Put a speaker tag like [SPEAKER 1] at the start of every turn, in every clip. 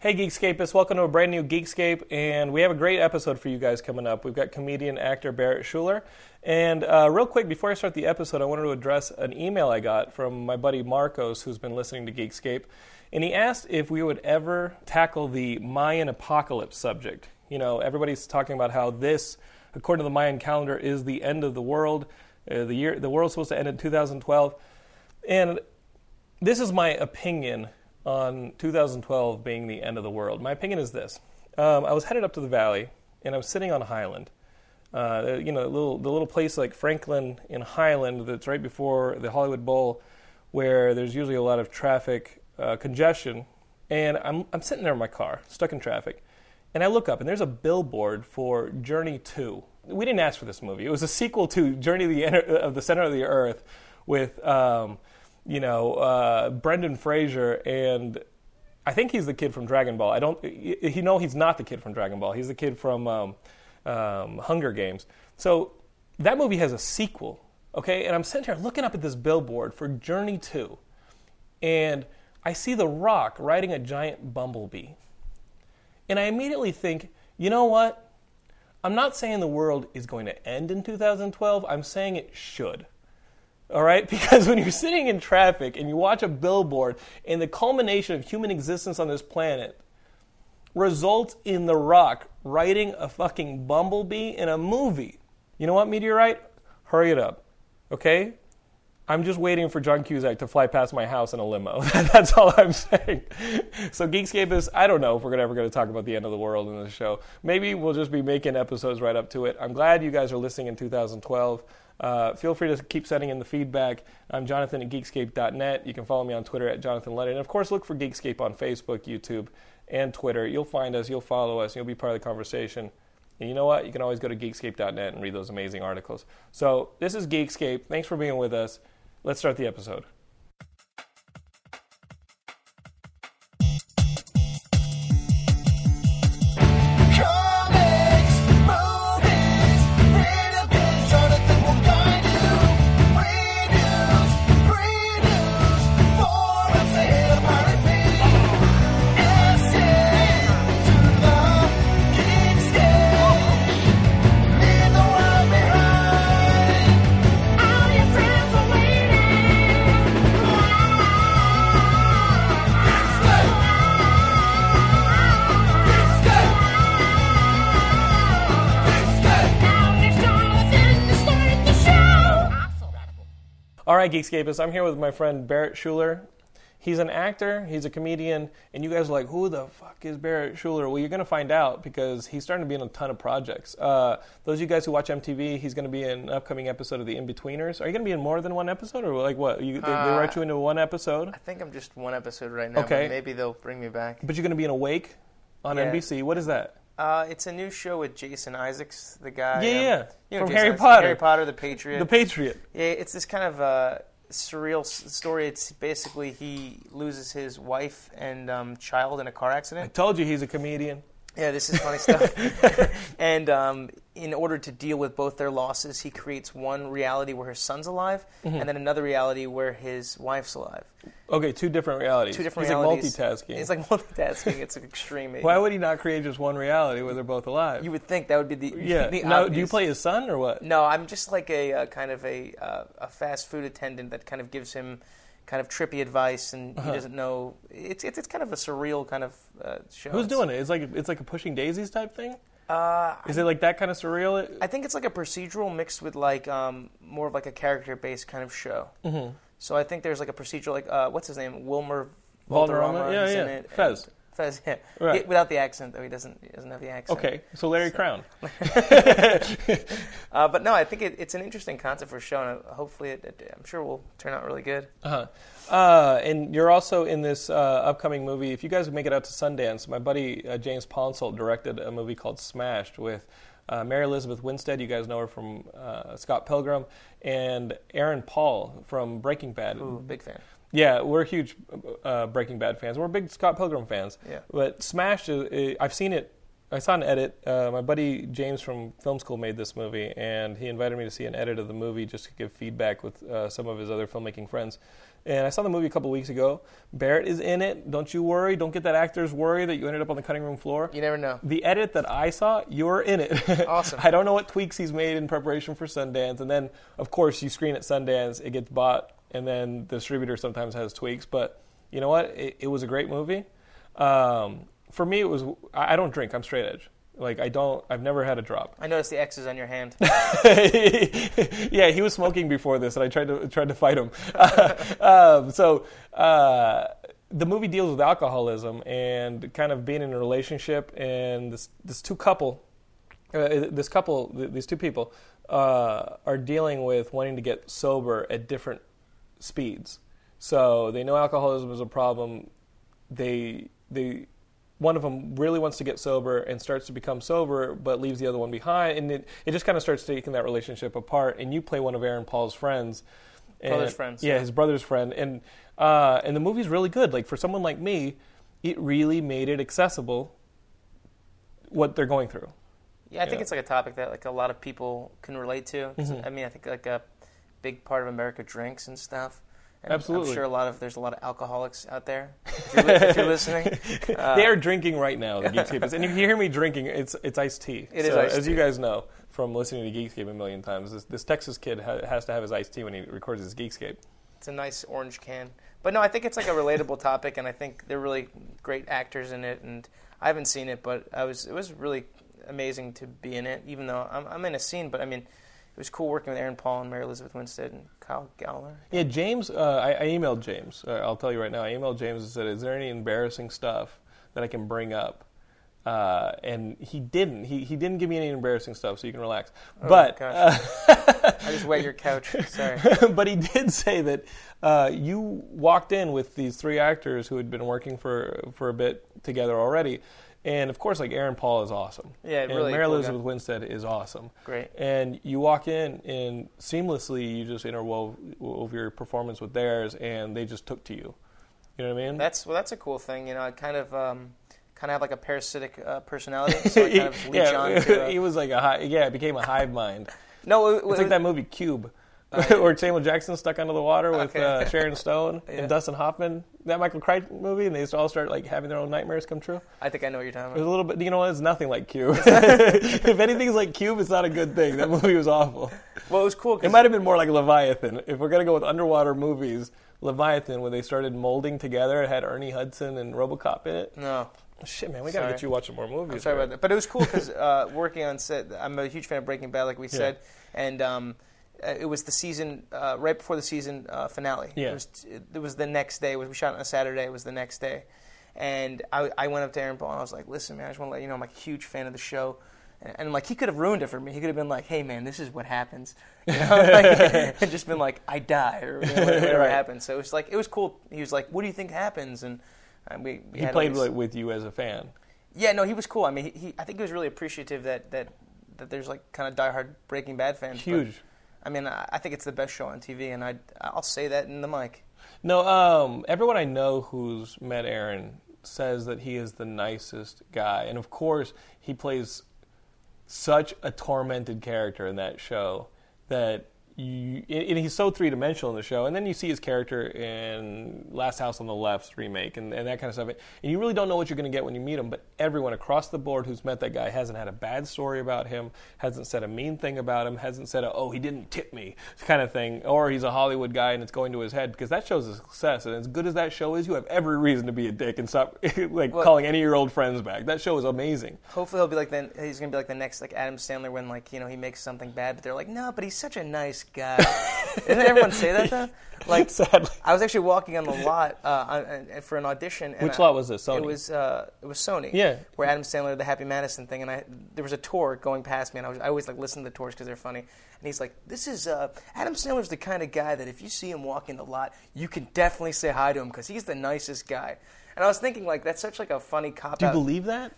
[SPEAKER 1] Hey, Geekscapists, welcome to a brand new Geekscape, and we have a great episode for you guys coming up. We've got comedian actor Barrett Schuler. And uh, real quick, before I start the episode, I wanted to address an email I got from my buddy Marcos, who's been listening to Geekscape. And he asked if we would ever tackle the Mayan apocalypse subject. You know, everybody's talking about how this, according to the Mayan calendar, is the end of the world. Uh, the, year, the world's supposed to end in 2012. And this is my opinion on 2012 being the end of the world. My opinion is this: um, I was headed up to the valley, and I was sitting on Highland. Uh, you know, the little, the little place like Franklin in Highland that's right before the Hollywood Bowl, where there's usually a lot of traffic uh, congestion. And I'm I'm sitting there in my car, stuck in traffic, and I look up, and there's a billboard for Journey 2. We didn't ask for this movie. It was a sequel to Journey to the Enter- of the Center of the Earth with, um, you know, uh, Brendan Fraser and I think he's the kid from Dragon Ball. I don't. You know, he's not the kid from Dragon Ball. He's the kid from um, um, Hunger Games. So that movie has a sequel, okay? And I'm sitting here looking up at this billboard for Journey 2, and I see The Rock riding a giant bumblebee. And I immediately think, you know what? I'm not saying the world is going to end in 2012. I'm saying it should. All right? Because when you're sitting in traffic and you watch a billboard and the culmination of human existence on this planet results in The Rock writing a fucking bumblebee in a movie. You know what, Meteorite? Hurry it up. Okay? I'm just waiting for John Cusack to fly past my house in a limo. That's all I'm saying. So Geekscape is I don't know if we're gonna- ever going to talk about the end of the world in this show. Maybe we'll just be making episodes right up to it. I'm glad you guys are listening in 2012. Uh, feel free to keep sending in the feedback. I'm Jonathan at Geekscape.net. You can follow me on Twitter at Jonathan Lennon. And of course, look for Geekscape on Facebook, YouTube, and Twitter. You'll find us. You'll follow us. You'll be part of the conversation. And you know what? You can always go to geekscape.net and read those amazing articles. So, this is Geekscape. Thanks for being with us. Let's start the episode.
[SPEAKER 2] Comics, movies, database, Jonathan will guide you. Reviews, previews, forums, they hit up our feed. Essays to the Geekscape. Leave the world behind. All your friends are waiting. Geekscape.
[SPEAKER 1] All right, Geekscapists, I'm here with my friend Barrett Schuler. He's an actor, he's a comedian, and you guys are like, who the fuck is Barrett Schuler? Well, you're going to find out because he's starting to be in a ton of projects. Uh, those of you guys who watch MTV, he's going to be in an upcoming episode of The Inbetweeners. Are you going to be in more than one episode, or like what? You, they, they write you into one episode,
[SPEAKER 3] Uh, I think I'm just one episode right now.
[SPEAKER 1] Okay.
[SPEAKER 3] But maybe they'll bring me back.
[SPEAKER 1] but you're going to be in Awake on
[SPEAKER 3] Yeah.
[SPEAKER 1] NBC. What is that?
[SPEAKER 3] Uh, it's a new show with Jason Isaacs, the guy.
[SPEAKER 1] Yeah,
[SPEAKER 3] um,
[SPEAKER 1] yeah.
[SPEAKER 3] you know
[SPEAKER 1] From
[SPEAKER 3] Jason
[SPEAKER 1] Harry
[SPEAKER 3] Isaacs,
[SPEAKER 1] Potter.
[SPEAKER 3] Harry Potter, the Patriot.
[SPEAKER 1] The Patriot.
[SPEAKER 3] yeah, it's this kind of uh, surreal s- story. It's basically he loses his wife and um, child in a car accident.
[SPEAKER 1] Told you he's a comedian.
[SPEAKER 3] Yeah, this is funny stuff. and um, in order to deal with both their losses, he creates one reality where his son's alive,
[SPEAKER 1] Mm-hmm.
[SPEAKER 3] and then another reality where his wife's alive.
[SPEAKER 1] Okay, two different realities.
[SPEAKER 3] Two different
[SPEAKER 1] he's
[SPEAKER 3] realities.
[SPEAKER 1] like multitasking.
[SPEAKER 3] It's like multitasking. It's an extreme.
[SPEAKER 1] Why would he not create just one reality where they're both alive?
[SPEAKER 3] You would think that would be the
[SPEAKER 1] yeah.
[SPEAKER 3] the
[SPEAKER 1] now, do you
[SPEAKER 3] obvious-
[SPEAKER 1] play his son or what?
[SPEAKER 3] No, I'm just like a uh, kind of a uh, a fast food attendant that kind of gives him kind of trippy advice, and
[SPEAKER 1] Uh-huh.
[SPEAKER 3] he doesn't know. It's, it's it's kind of a surreal kind of uh, show.
[SPEAKER 1] Who's
[SPEAKER 3] It's-
[SPEAKER 1] doing it? It's like it's like a pushing daisies type thing. Uh, Is it like that kind of surreal?
[SPEAKER 3] I think it's like a procedural mixed with like um, more of like a character based kind of show. Mm-hmm. So I think there's like a procedural like uh, what's his name Wilmer
[SPEAKER 1] Valderrama?
[SPEAKER 3] Valderrama
[SPEAKER 1] Yeah,
[SPEAKER 3] is in
[SPEAKER 1] yeah.
[SPEAKER 3] it.
[SPEAKER 1] Fez.
[SPEAKER 3] and Fez, yeah.
[SPEAKER 1] Right.
[SPEAKER 3] He- Without the accent, though, he doesn't he doesn't have the accent.
[SPEAKER 1] Okay, so Larry Crown.
[SPEAKER 3] Uh, but no, I think it, it's an interesting concept for a show, and uh, hopefully, it, it, I'm sure will turn out really good.
[SPEAKER 1] Uh-huh. Uh, and you're also in this uh, upcoming movie. If you guys would make it out to Sundance, my buddy uh, James Ponsel directed a movie called Smashed with uh, Mary Elizabeth Winstead. You guys know her from uh, Scott Pilgrim and Aaron Paul from Breaking Bad.
[SPEAKER 3] Ooh, big fan.
[SPEAKER 1] Yeah, we're huge uh, Breaking Bad fans. We're big Scott Pilgrim fans.
[SPEAKER 3] Yeah.
[SPEAKER 1] But Smash, is, i- I've seen it. I saw an edit. Uh, my buddy James from film school made this movie, and he invited me to see an edit of the movie just to give feedback with uh, some of his other filmmaking friends. And I saw the movie a couple weeks ago. Barrett is in it. Don't you worry. Don't get that actor's worry that you ended up on the cutting room floor.
[SPEAKER 3] You never know.
[SPEAKER 1] The edit that I saw, you're in it.
[SPEAKER 3] Awesome.
[SPEAKER 1] I don't know what tweaks he's made in preparation for Sundance, and then of course you screen at Sundance, it gets bought, and then the distributor sometimes has tweaks. But you know what? It, it was a great movie. Um, for me, it was. I I don't drink. I'm straight edge. Like I don't. I've never had a drop.
[SPEAKER 3] I noticed the X's on your hand.
[SPEAKER 1] yeah, he was smoking before this, and I tried to tried to fight him. um, so uh, the movie deals with alcoholism and kind of being in a relationship, and this this two couple, uh, this couple, th- these two people uh, are dealing with wanting to get sober at different speeds. So they know alcoholism is a problem. They they one of them really wants to get sober and starts to become sober, but leaves the other one behind, and it, it just kind of starts taking that relationship apart. And you play one of Aaron Paul's friends, and-
[SPEAKER 3] Brother's friends,
[SPEAKER 1] yeah,
[SPEAKER 3] yeah.
[SPEAKER 1] his brother's friend, and uh, and the movie's really good. Like for someone like me, it really made it accessible what they're going through.
[SPEAKER 3] Yeah,
[SPEAKER 1] Yeah.
[SPEAKER 3] I think
[SPEAKER 1] Mm-hmm.
[SPEAKER 3] it's like a topic that like a lot of people can relate to. 'Cause, I mean, I think like a big part of America drinks and stuff. And I'm-
[SPEAKER 1] Absolutely.
[SPEAKER 3] I'm sure a lot of there's a lot of alcoholics out there. If you're, li- if you're listening, Uh,
[SPEAKER 1] they are drinking right now, the Geekscape is. And if you hear me drinking, it's it's iced tea.
[SPEAKER 3] It is
[SPEAKER 1] so,
[SPEAKER 3] iced
[SPEAKER 1] As you
[SPEAKER 3] tea.
[SPEAKER 1] guys know from listening to Geekscape a million times, this, this Texas kid ha- has to have his iced tea when he records his Geekscape.
[SPEAKER 3] it's a nice orange can. But no, I think it's like a relatable topic, and I think they're really great actors in it. And I haven't seen it, but I was it was really amazing to be in it. Even though I'm, I'm in a scene, but I mean, it was cool working with Aaron Paul and Mary Elizabeth Winstead and Kyle Gallagher.
[SPEAKER 1] Yeah, James, uh, I, I emailed James. Uh, I'll tell you right now. I emailed James and said, Is there any embarrassing stuff that I can bring up? Uh, and he didn't. He, he didn't give me any embarrassing stuff, so you can relax. but uh,
[SPEAKER 3] gosh. I just wet your couch. Sorry.
[SPEAKER 1] but he did say that uh, you walked in with these three actors who had been working for for a bit together already, and of course, like Aaron Paul is awesome.
[SPEAKER 3] Yeah,
[SPEAKER 1] and
[SPEAKER 3] really
[SPEAKER 1] Mary
[SPEAKER 3] cool guy.
[SPEAKER 1] Elizabeth Winstead is awesome.
[SPEAKER 3] Great.
[SPEAKER 1] And you walk in and seamlessly you just interwove wove your performance with theirs, and they just took to you. You know what I mean?
[SPEAKER 3] That's well. That's a cool thing. You know, I kind of um, kind of have like a parasitic uh, personality, so I kind of leech on to.
[SPEAKER 1] he
[SPEAKER 3] Uh,
[SPEAKER 1] was like a hi yeah, it became a hive mind.
[SPEAKER 3] no, it,
[SPEAKER 1] It's
[SPEAKER 3] it,
[SPEAKER 1] like that movie Cube, where Samuel Jackson stuck under the water with
[SPEAKER 3] Oh, Okay.
[SPEAKER 1] uh, Sharon Stone and Dustin Hoffman. That Michael Crichton movie, and they used to all start like having their own nightmares come true.
[SPEAKER 3] I think I know what you're talking
[SPEAKER 1] It was
[SPEAKER 3] about.
[SPEAKER 1] a little bit, you know, what, it's nothing like Cube. if anything's like Cube, it's not a good thing. That movie was awful.
[SPEAKER 3] Well, it was cool. 'cause-
[SPEAKER 1] It might have been more like Leviathan. If we're gonna go with underwater movies, Leviathan, when they started molding together, it had Ernie Hudson and RoboCop in it.
[SPEAKER 3] No,
[SPEAKER 1] Shit, man, we gotta
[SPEAKER 3] Mm. Sorry.
[SPEAKER 1] get you watching more movies.
[SPEAKER 3] sorry
[SPEAKER 1] man.
[SPEAKER 3] about that. But it was cool because uh, working on set, I'm a huge fan of Breaking Bad, like we said, and um, uh, it was the season uh, right before the season uh, finale.
[SPEAKER 1] Yeah.
[SPEAKER 3] It was, it was the next day. We shot on a Saturday. It was the next day, and I, I went up to Aaron Paul and I was like, "Listen, man, I just want to let you know I'm like a huge fan of the show." And and, like he could have ruined it for me. He could have been like, "Hey man, this is what happens," you know? like, and just been like, "I die" or you know, whatever
[SPEAKER 1] Right.
[SPEAKER 3] happens. So it was like it was cool. He was like, "What do you think happens?" And, and we, we
[SPEAKER 1] He
[SPEAKER 3] had all
[SPEAKER 1] played
[SPEAKER 3] these-
[SPEAKER 1] like, with you as a fan.
[SPEAKER 3] yeah, no, he was cool. I mean, he, he I think he was really appreciative that that, that there's like kind of diehard Breaking Bad fans. but,
[SPEAKER 1] Huge.
[SPEAKER 3] I mean, I, I think it's the best show on TV, and I I'll say that in the mic.
[SPEAKER 1] No, um, everyone I know who's met Aaron says that he is the nicest guy, and of course he plays such a tormented character in that show that you and and he's so three dimensional in the show. And then you see his character in Last House on the Left's remake and, and that kind of stuff. And you really don't know what you're going to get when you meet him. But everyone across the board who's met that guy hasn't had a bad story about him, hasn't said a mean thing about him, hasn't said a oh he didn't tip me kind of thing, or he's a Hollywood guy and it's going to his head because that show's a success. And as good as that show is, you have every reason to be a dick and stop like calling any of your old friends back. That show is amazing.
[SPEAKER 3] Hopefully, he'll be like then he's gonna be like the next like Adam Sandler when like you know he makes something bad, but they're like, no, but he's such a nice God. Isn't everyone say that though? Like,
[SPEAKER 1] Sadly.
[SPEAKER 3] I was actually walking on the lot uh, on- on- for an audition. And
[SPEAKER 1] Which
[SPEAKER 3] I-
[SPEAKER 1] lot was this? Sony?
[SPEAKER 3] It was uh, it was Sony.
[SPEAKER 1] Yeah.
[SPEAKER 3] Where Adam Sandler did the Happy Madison thing, and I there was a tour going past me, and I, was, I always like listen to the tours because they're funny. And he's like, "This is uh, Adam Sandler's the kind of guy that if you see him walking the lot, you can definitely say hi to him because he's the nicest guy." And I was thinking like that's such like a funny cop
[SPEAKER 1] Do you
[SPEAKER 3] out.
[SPEAKER 1] believe that?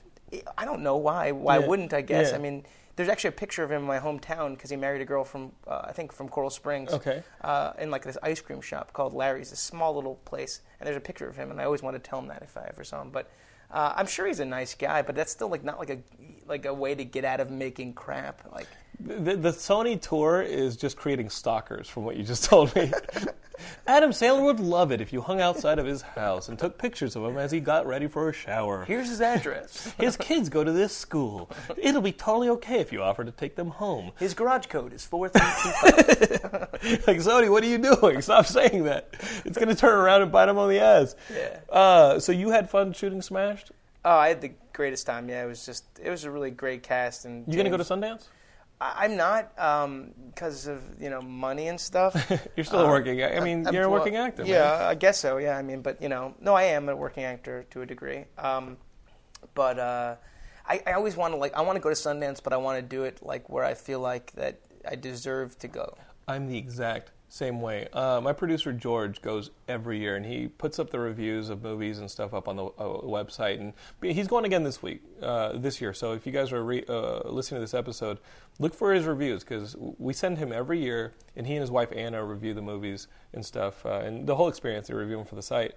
[SPEAKER 3] I don't know why. Why
[SPEAKER 1] Yeah.
[SPEAKER 3] wouldn't I guess?
[SPEAKER 1] Yeah.
[SPEAKER 3] I mean, there's actually a picture of him in my hometown because he married a girl from, uh, I think, from Coral Springs.
[SPEAKER 1] Okay.
[SPEAKER 3] Uh, in like this ice cream shop called Larry's, a small little place, and there's a picture of him, and I always wanted to tell him that if I ever saw him. But uh, I'm sure he's a nice guy, but that's still like not like a like a way to get out of making crap. Like
[SPEAKER 1] The, the Sony tour is just creating stalkers, from what you just told me. Adam Sandler would love it if you hung outside of his house and took pictures of him as he got ready for a shower.
[SPEAKER 3] here's his address.
[SPEAKER 1] His kids go to this school. It'll be totally okay if you offer to take them home.
[SPEAKER 3] His garage code is four three two five.
[SPEAKER 1] Like, Sony, what are you doing? Stop saying that. It's going to turn around and bite him on the ass.
[SPEAKER 3] Yeah.
[SPEAKER 1] Uh, so you had fun shooting Smashed?
[SPEAKER 3] Oh, I had the greatest time. Yeah, it was just it was a really great cast. And
[SPEAKER 1] You going to go to
[SPEAKER 3] James-
[SPEAKER 1] Sundance?
[SPEAKER 3] I- I'm not because of you know money and stuff.
[SPEAKER 1] You're still a working. I mean, you're a
[SPEAKER 3] Uh, um, Well,
[SPEAKER 1] working actor. man.
[SPEAKER 3] Yeah, I guess so. Yeah, I mean, but you know, no, I am a working actor to a degree. Um, but uh, I, I always want to like I want to go to Sundance, but I want to do it like where I feel like that I deserve to go.
[SPEAKER 1] I'm the exact same way. Uh, my producer George goes every year, and he puts up the reviews of movies and stuff up on the uh, website. And but he's going again this week, uh, this year. So if you guys are re- uh, listening to this episode, look for his reviews because we send him every year, and he and his wife Anna review the movies and stuff, uh, and the whole experience. They review them for the site.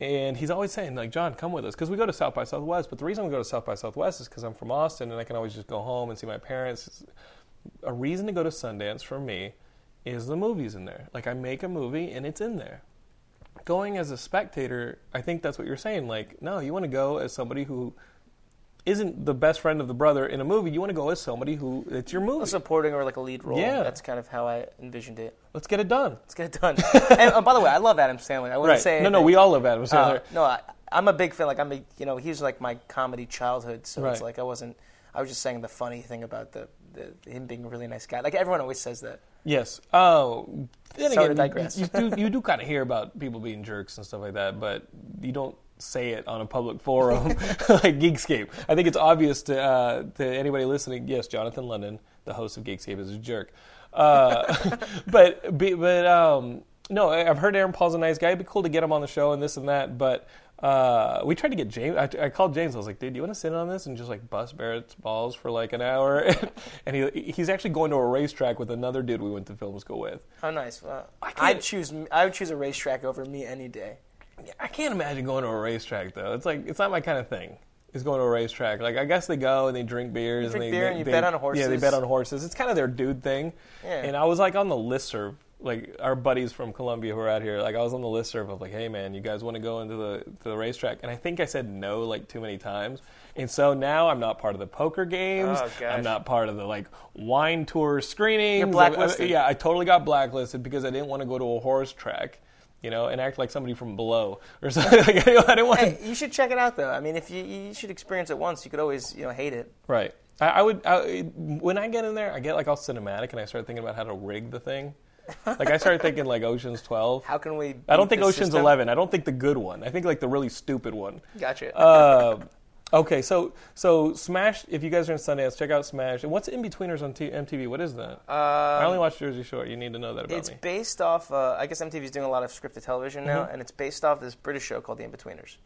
[SPEAKER 1] And he's always saying, like, John, come with us. Because we go to South by Southwest. But the reason we go to South by Southwest is because I'm from Austin and I can always just go home and see my parents. A reason to go to Sundance for me is the movies in there. Like, I make a movie and it's in there. Going as a spectator, I think that's what you're saying. Like, no, you want to go as somebody who isn't the best friend of the brother in a movie. You want to go as somebody who, it's your movie.
[SPEAKER 3] Supporting or like a lead role.
[SPEAKER 1] Yeah.
[SPEAKER 3] that's kind of how I envisioned it.
[SPEAKER 1] Let's get it done.
[SPEAKER 3] Let's get it done. and uh, by the way, I love Adam Sandler. I wouldn't
[SPEAKER 1] Right.
[SPEAKER 3] say
[SPEAKER 1] No, no, we all love Adam
[SPEAKER 3] Uh,
[SPEAKER 1] Sandler.
[SPEAKER 3] no, I, I'm a big fan. Like I'm a you know he's like my comedy childhood, so it's
[SPEAKER 1] Right.
[SPEAKER 3] like I wasn't. I was just saying the funny thing about the, the him being a really nice guy. Like everyone always says that.
[SPEAKER 1] Yes. Oh, then
[SPEAKER 3] Sorry to
[SPEAKER 1] again,
[SPEAKER 3] digress.
[SPEAKER 1] you do you do kind of hear about people being jerks and stuff like that, but you don't say it on a public forum like Geekscape. I think it's obvious to uh, to anybody listening. Yes, Jonathan London, the host of Geekscape, is a jerk. Uh, but be- but um, no, I- I've heard Aaron Paul's a nice guy. It'd be cool to get him on the show and this and that, but. Uh, we tried to get James. I, I called James. I was like, "Dude, do you want to sit in on this and just like bust Barrett's balls for like an hour?" and he he's actually going to a racetrack with another dude we went to film school with.
[SPEAKER 3] How nice. Well, I
[SPEAKER 1] can't-
[SPEAKER 3] I'd choose I would choose a racetrack over me any day.
[SPEAKER 1] I can't imagine going to a racetrack though. It's like it's not my kind of thing. Is going to a racetrack. Like I guess they go and they drink beers
[SPEAKER 3] drink
[SPEAKER 1] and they,
[SPEAKER 3] beer
[SPEAKER 1] they-
[SPEAKER 3] and you
[SPEAKER 1] they-
[SPEAKER 3] bet on
[SPEAKER 1] Yeah, they
[SPEAKER 3] horses.
[SPEAKER 1] bet on horses. It's kind of their dude thing.
[SPEAKER 3] Yeah.
[SPEAKER 1] And I was like on the listserv, like our buddies from Columbia who are out here, like I was on the listserv of like, hey man, you guys want to go into the to the racetrack? And I think I said no like too many times. And so now I'm not part of the poker games.
[SPEAKER 3] Oh, gosh.
[SPEAKER 1] I'm not part of the like wine tour screenings.
[SPEAKER 3] You're blacklisted.
[SPEAKER 1] I- I- yeah, I totally got blacklisted because I didn't want to go to a horse track, you know, and act like somebody from below or something. Like, I didn't want
[SPEAKER 3] Hey,
[SPEAKER 1] to.
[SPEAKER 3] you should check it out though. I mean, if you you should experience it once, you could always you know hate it.
[SPEAKER 1] Right. I, I would. I, when I get in there, I get like all cinematic, and I start thinking about how to rig the thing. Like I start thinking like Ocean's Twelve.
[SPEAKER 3] How can we?
[SPEAKER 1] I don't
[SPEAKER 3] beat
[SPEAKER 1] think
[SPEAKER 3] this
[SPEAKER 1] Ocean's
[SPEAKER 3] system?
[SPEAKER 1] Eleven. I don't think the good one. I think like the really stupid one.
[SPEAKER 3] Gotcha.
[SPEAKER 1] Uh, okay, so so Smash. If you guys are in Sundance, check out Smash. And what's in betweeners on T- MTV? What is that? I only watch Jersey Shore. You need to know that about
[SPEAKER 3] Um, it's
[SPEAKER 1] me. Mm-hmm.
[SPEAKER 3] based off. Uh, I guess MTV's doing a lot of scripted television now, and it's based off this British show called The Inbetweeners.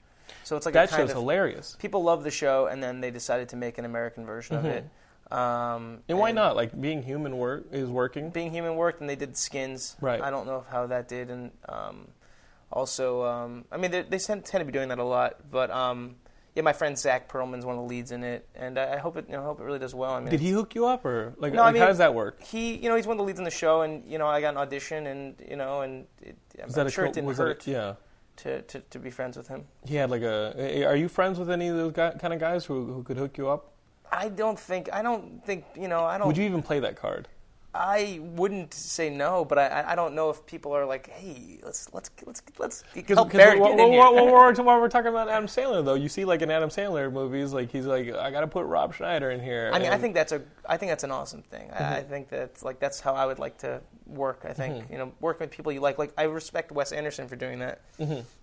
[SPEAKER 3] So it's like
[SPEAKER 1] That
[SPEAKER 3] a kind
[SPEAKER 1] show's
[SPEAKER 3] of,
[SPEAKER 1] hilarious.
[SPEAKER 3] people love the show, and then they decided to make an American version of it. Um,
[SPEAKER 1] Mm-hmm. And why not? Like being human work is working.
[SPEAKER 3] Being Human worked, and they did Skins.
[SPEAKER 1] Right.
[SPEAKER 3] I don't know how that did, and um, also, um, I mean, they, they tend, tend to be doing that a lot. But um, yeah, my friend Zach Perlman's one of the leads in it, and I, I hope it, you know, I hope it really does well. I mean,
[SPEAKER 1] Did he hook you up or like,
[SPEAKER 3] No, I
[SPEAKER 1] like
[SPEAKER 3] mean,
[SPEAKER 1] how does that work?
[SPEAKER 3] He, you know, he's one of the leads in the show, and you know, I got an audition, and you know, and it, I'm
[SPEAKER 1] Was that a
[SPEAKER 3] sure
[SPEAKER 1] co-
[SPEAKER 3] it didn't
[SPEAKER 1] was that a-
[SPEAKER 3] hurt
[SPEAKER 1] yeah.
[SPEAKER 3] to, to to be friends with him.
[SPEAKER 1] He had like a. eh, Are you friends with any of those guy, kind of guys who who could hook you up?
[SPEAKER 3] I don't think I don't think you know I don't.
[SPEAKER 1] Would you even play that card?
[SPEAKER 3] I wouldn't say no, but I- I, I don't know if people are like, hey, let's let's let's let's
[SPEAKER 1] Because
[SPEAKER 3] help Oh, Barrett
[SPEAKER 1] what,
[SPEAKER 3] get in
[SPEAKER 1] what-
[SPEAKER 3] here.
[SPEAKER 1] what we're, what we're talking about Adam Sandler though, you see like in Adam Sandler movies, like he's like, I gotta put Rob Schneider in here.
[SPEAKER 3] I mean, I
[SPEAKER 1] and-
[SPEAKER 3] think that's a I think that's an awesome thing. I, I think that's like that's how I would like to work. I think you know working with people you like. Like I respect Wes Anderson for doing that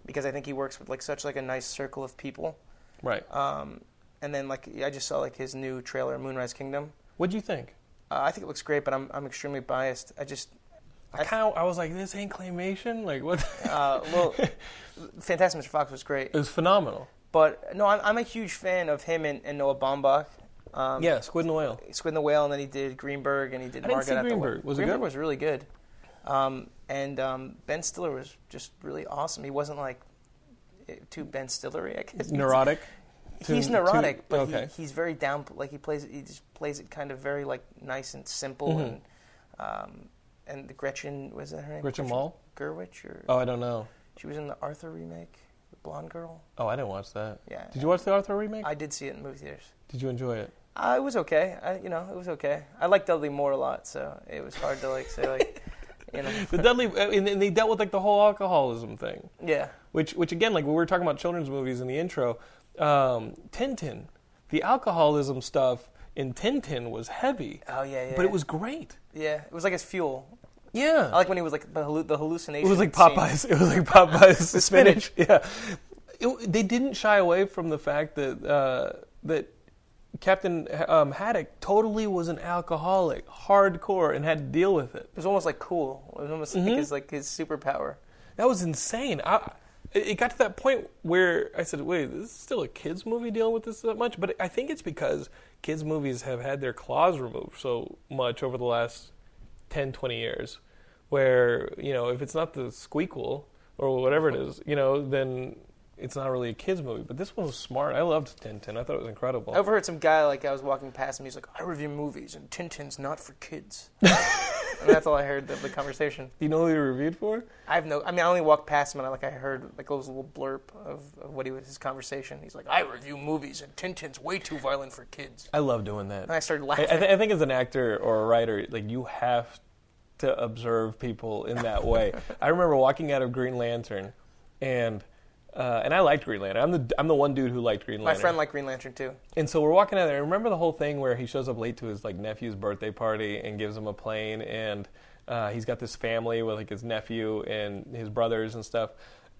[SPEAKER 3] because I think he works with like such like a nice circle of people.
[SPEAKER 1] right.
[SPEAKER 3] uh, And then like I just saw like his new trailer, Moonrise Kingdom.
[SPEAKER 1] What'd you think?
[SPEAKER 3] Uh, I think it looks great, but I'm I'm extremely biased. I just
[SPEAKER 1] I kind of I was like, this ain't claymation. Like what?
[SPEAKER 3] uh, well, Fantastic Mr. Fox was great,
[SPEAKER 1] it was phenomenal.
[SPEAKER 3] but no, I'm, I'm a huge fan of him and, and Noah Baumbach. Um,
[SPEAKER 1] Yeah, Squid and the Whale.
[SPEAKER 3] Squid and the Whale, and then he did Greenberg, and he did
[SPEAKER 1] I didn't
[SPEAKER 3] Margaret
[SPEAKER 1] see
[SPEAKER 3] at the Well.
[SPEAKER 1] Greenberg. Was it
[SPEAKER 3] Greenberg
[SPEAKER 1] good?
[SPEAKER 3] was really good. Um, and um, Ben Stiller was just really awesome. He wasn't like eh, too Ben Stillery, I guess.
[SPEAKER 1] Neurotic.
[SPEAKER 3] He's
[SPEAKER 1] Too-
[SPEAKER 3] neurotic,
[SPEAKER 1] too-
[SPEAKER 3] but
[SPEAKER 1] okay.
[SPEAKER 3] he, he's very down. Like he plays, he just plays it kind of very like nice and simple.
[SPEAKER 1] Mm-hmm.
[SPEAKER 3] And um, and the Gretchen was that her name?
[SPEAKER 1] Gretchen Mol?
[SPEAKER 3] Gerwich, or
[SPEAKER 1] Oh, I don't know.
[SPEAKER 3] she was in the Arthur remake, the blonde girl.
[SPEAKER 1] Oh, I didn't watch that.
[SPEAKER 3] Yeah.
[SPEAKER 1] Did you watch the Arthur remake?
[SPEAKER 3] I did see it in movie theaters.
[SPEAKER 1] Did you enjoy it?
[SPEAKER 3] Uh, it was okay. I, you know, it was okay. I like Dudley Moore a lot, so it was hard to like say like, you know,
[SPEAKER 1] The Dudley, uh, and, and they dealt with like the whole alcoholism thing,
[SPEAKER 3] yeah.
[SPEAKER 1] which, which again, like we were talking about children's movies in the intro, um, Tintin, the alcoholism stuff in Tintin was heavy.
[SPEAKER 3] Oh yeah, yeah.
[SPEAKER 1] But it was great.
[SPEAKER 3] yeah. It was like his fuel.
[SPEAKER 1] Yeah.
[SPEAKER 3] I like when he was like the, hallu- the hallucination.
[SPEAKER 1] it was like
[SPEAKER 3] scene.
[SPEAKER 1] Popeyes. It was like Popeyes spinach. Yeah. It, they didn't shy away from the fact that uh, that Captain um, Haddock totally was an alcoholic, hardcore, and had to deal with it.
[SPEAKER 3] It was almost like cool. It was almost like his like his superpower.
[SPEAKER 1] That was insane. I, it it got to that point where I said, "Wait, this is still a kids movie dealing with this that much?" But I think it's because kids movies have had their claws removed so much over the last 10, 20 years, where you know if it's not the squeakle or whatever it is, you know, then it's not really a kids movie. But this one was smart. I loved Tintin. I thought it was incredible.
[SPEAKER 3] I overheard some guy like I was walking past him. He's like, "I review movies, and Tintin's not for kids." and that's all I heard of the conversation.
[SPEAKER 1] Do you know who you reviewed for?
[SPEAKER 3] I have no. I mean, I only walked past him, and I like I heard like a little blurb of, of what he was his conversation. He's like, "I review movies, and Tintin's way too violent for kids."
[SPEAKER 1] I love doing that.
[SPEAKER 3] And I started
[SPEAKER 1] I,
[SPEAKER 3] laughing.
[SPEAKER 1] I, th- I think as an actor or a writer, like you have to observe people in that way. I remember walking out of Green Lantern, and uh, and I liked Green Lantern. I'm the I'm the one dude who liked Green
[SPEAKER 3] My
[SPEAKER 1] Lantern.
[SPEAKER 3] friend liked Green Lantern too.
[SPEAKER 1] And so we're walking out of there. and Remember the whole thing where he shows up late to his like nephew's birthday party and gives him a plane, and uh, he's got this family with like his nephew and his brothers and stuff.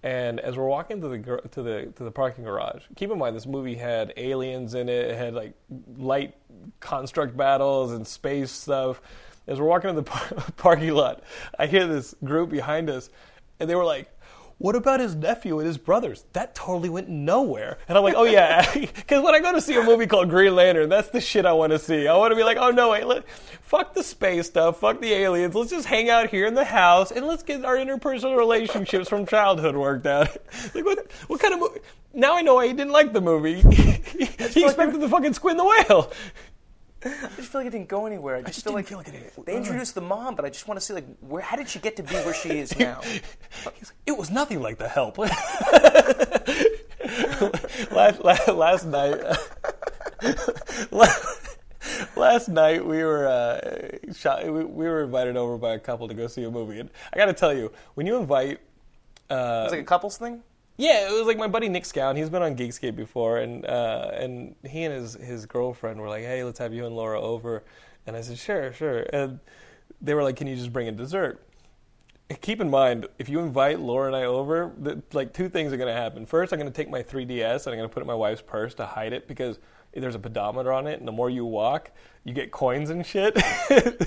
[SPEAKER 1] And as we're walking to the gar- to the to the parking garage, keep in mind this movie had aliens in it. It had like light construct battles and space stuff. As we're walking to the par- parking lot, I hear this group behind us, and they were like, what about his nephew and his brothers? That totally went nowhere. And I'm like, oh yeah, because when I go to see a movie called Green Lantern, that's the shit I want to see. I want to be like, oh no, wait, let, fuck the space stuff, fuck the aliens. Let's just hang out here in the house and let's get our interpersonal relationships from childhood worked out. like what? What kind of movie? Now I know why he didn't like the movie. he expected the fucking squid and the whale.
[SPEAKER 3] I just feel like it didn't go anywhere. I just,
[SPEAKER 1] just
[SPEAKER 3] feel like
[SPEAKER 1] didn't feel like it-
[SPEAKER 3] They introduced the mom, but I just want to see like where how did she get to be where she is now?
[SPEAKER 1] It was nothing like the help. last, last, last night, last, last night we were uh, shot, we, we were invited over by a couple to go see a movie, and I got to tell you, when you invite uh,
[SPEAKER 3] it's like a couples thing.
[SPEAKER 1] yeah, it was like my buddy Nick Scown. He's been on Geekscape before, and uh, and he and his his girlfriend were like, "Hey, let's have you and Laura over," and I said, "Sure, sure." And they were like, "Can you just bring a dessert?" Keep in mind, if you invite Laura and I over, the, like two things are going to happen. First, I'm going to take my 3DS and I'm going to put it in my wife's purse to hide it because there's a pedometer on it, and the more you walk, you get coins and shit.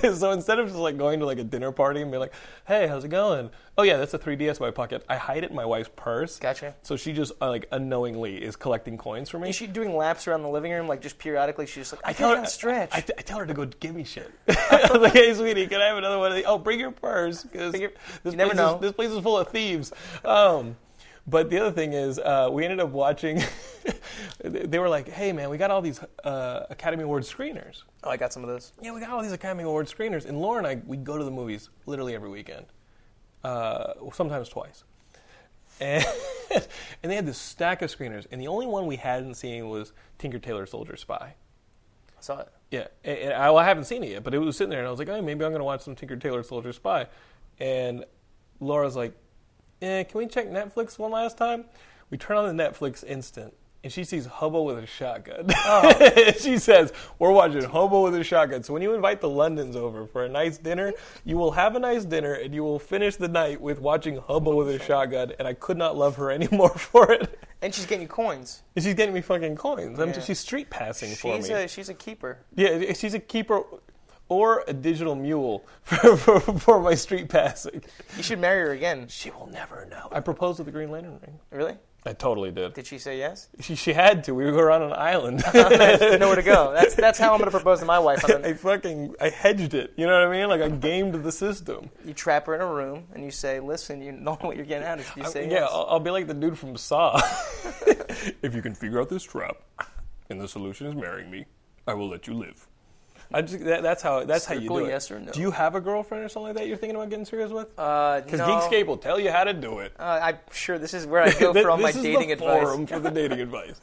[SPEAKER 1] so instead of just like going to like a dinner party and be like, "Hey, how's it going?" Oh yeah, that's a 3DS in my pocket. I hide it in my wife's purse.
[SPEAKER 3] Gotcha.
[SPEAKER 1] So she just uh, like unknowingly is collecting coins for me.
[SPEAKER 3] Is she doing laps around the living room like just periodically? She's just like I,
[SPEAKER 1] tell
[SPEAKER 3] can't stretch.
[SPEAKER 1] I, I tell her to go give me shit. I was like, hey, sweetie, can I have another one? of these? Oh, bring your purse. 'cause this, place
[SPEAKER 3] never know.
[SPEAKER 1] Is, this place is full of thieves. Um, but the other thing is, uh, we ended up watching. they were like, hey, man, we got all these uh, Academy Award screeners.
[SPEAKER 3] oh, I got some of those.
[SPEAKER 1] Yeah, we got all these Academy Award screeners. And Laura and I, we go to the movies literally every weekend, uh, sometimes twice. And, and they had this stack of screeners. And the only one we hadn't seen was Tinker Tailor Soldier Spy.
[SPEAKER 3] saw it.
[SPEAKER 1] Yeah, and, and I, well, I haven't seen it yet, but it was sitting there, and I was like, oh, maybe I'm going to watch some Tinker Tailor Soldier Spy. And Laura's like, eh, can we check Netflix one last time? We turn on the Netflix instant, and she sees Hubble with a shotgun.
[SPEAKER 3] Oh.
[SPEAKER 1] she says, we're watching Hubble with a shotgun. So when you invite the Londons over for a nice dinner, you will have a nice dinner, and you will finish the night with watching Hubble with a shotgun, and I could not love her anymore for it.
[SPEAKER 3] And she's getting you coins.
[SPEAKER 1] And she's getting me fucking coins. I'm
[SPEAKER 3] Yeah.
[SPEAKER 1] she's street passing for me.
[SPEAKER 3] She's a she's a keeper.
[SPEAKER 1] Yeah, she's a keeper or a digital mule for, for, for my street passing.
[SPEAKER 3] You should marry her again.
[SPEAKER 1] She will never know. I proposed with the Green Lantern ring.
[SPEAKER 3] Really?
[SPEAKER 1] I totally did.
[SPEAKER 3] Did she say yes?
[SPEAKER 1] She, she had to. We were on an island.
[SPEAKER 3] Nowhere to go. That's that's how I'm gonna propose to my wife. I'm gonna-
[SPEAKER 1] I fucking I hedged it. You know what I mean? Like I gamed the system.
[SPEAKER 3] you trap her in a room and you say, "Listen, you know what you're getting out of." You say
[SPEAKER 1] yeah,
[SPEAKER 3] yes.
[SPEAKER 1] I'll, I'll be like the dude from Saw. if you can figure out this trap, and the solution is marrying me, I will let you live. I just, that, that's how that's how you
[SPEAKER 3] Circle
[SPEAKER 1] do it.
[SPEAKER 3] yes or no.
[SPEAKER 1] Do you have a girlfriend or something like that you're thinking about getting serious with?
[SPEAKER 3] Uh,
[SPEAKER 1] Because
[SPEAKER 3] no.
[SPEAKER 1] Geekscape will tell you how to do it.
[SPEAKER 3] Uh, I'm sure this is where I go for all my
[SPEAKER 1] This is
[SPEAKER 3] dating
[SPEAKER 1] the
[SPEAKER 3] advice.
[SPEAKER 1] forum for the dating advice.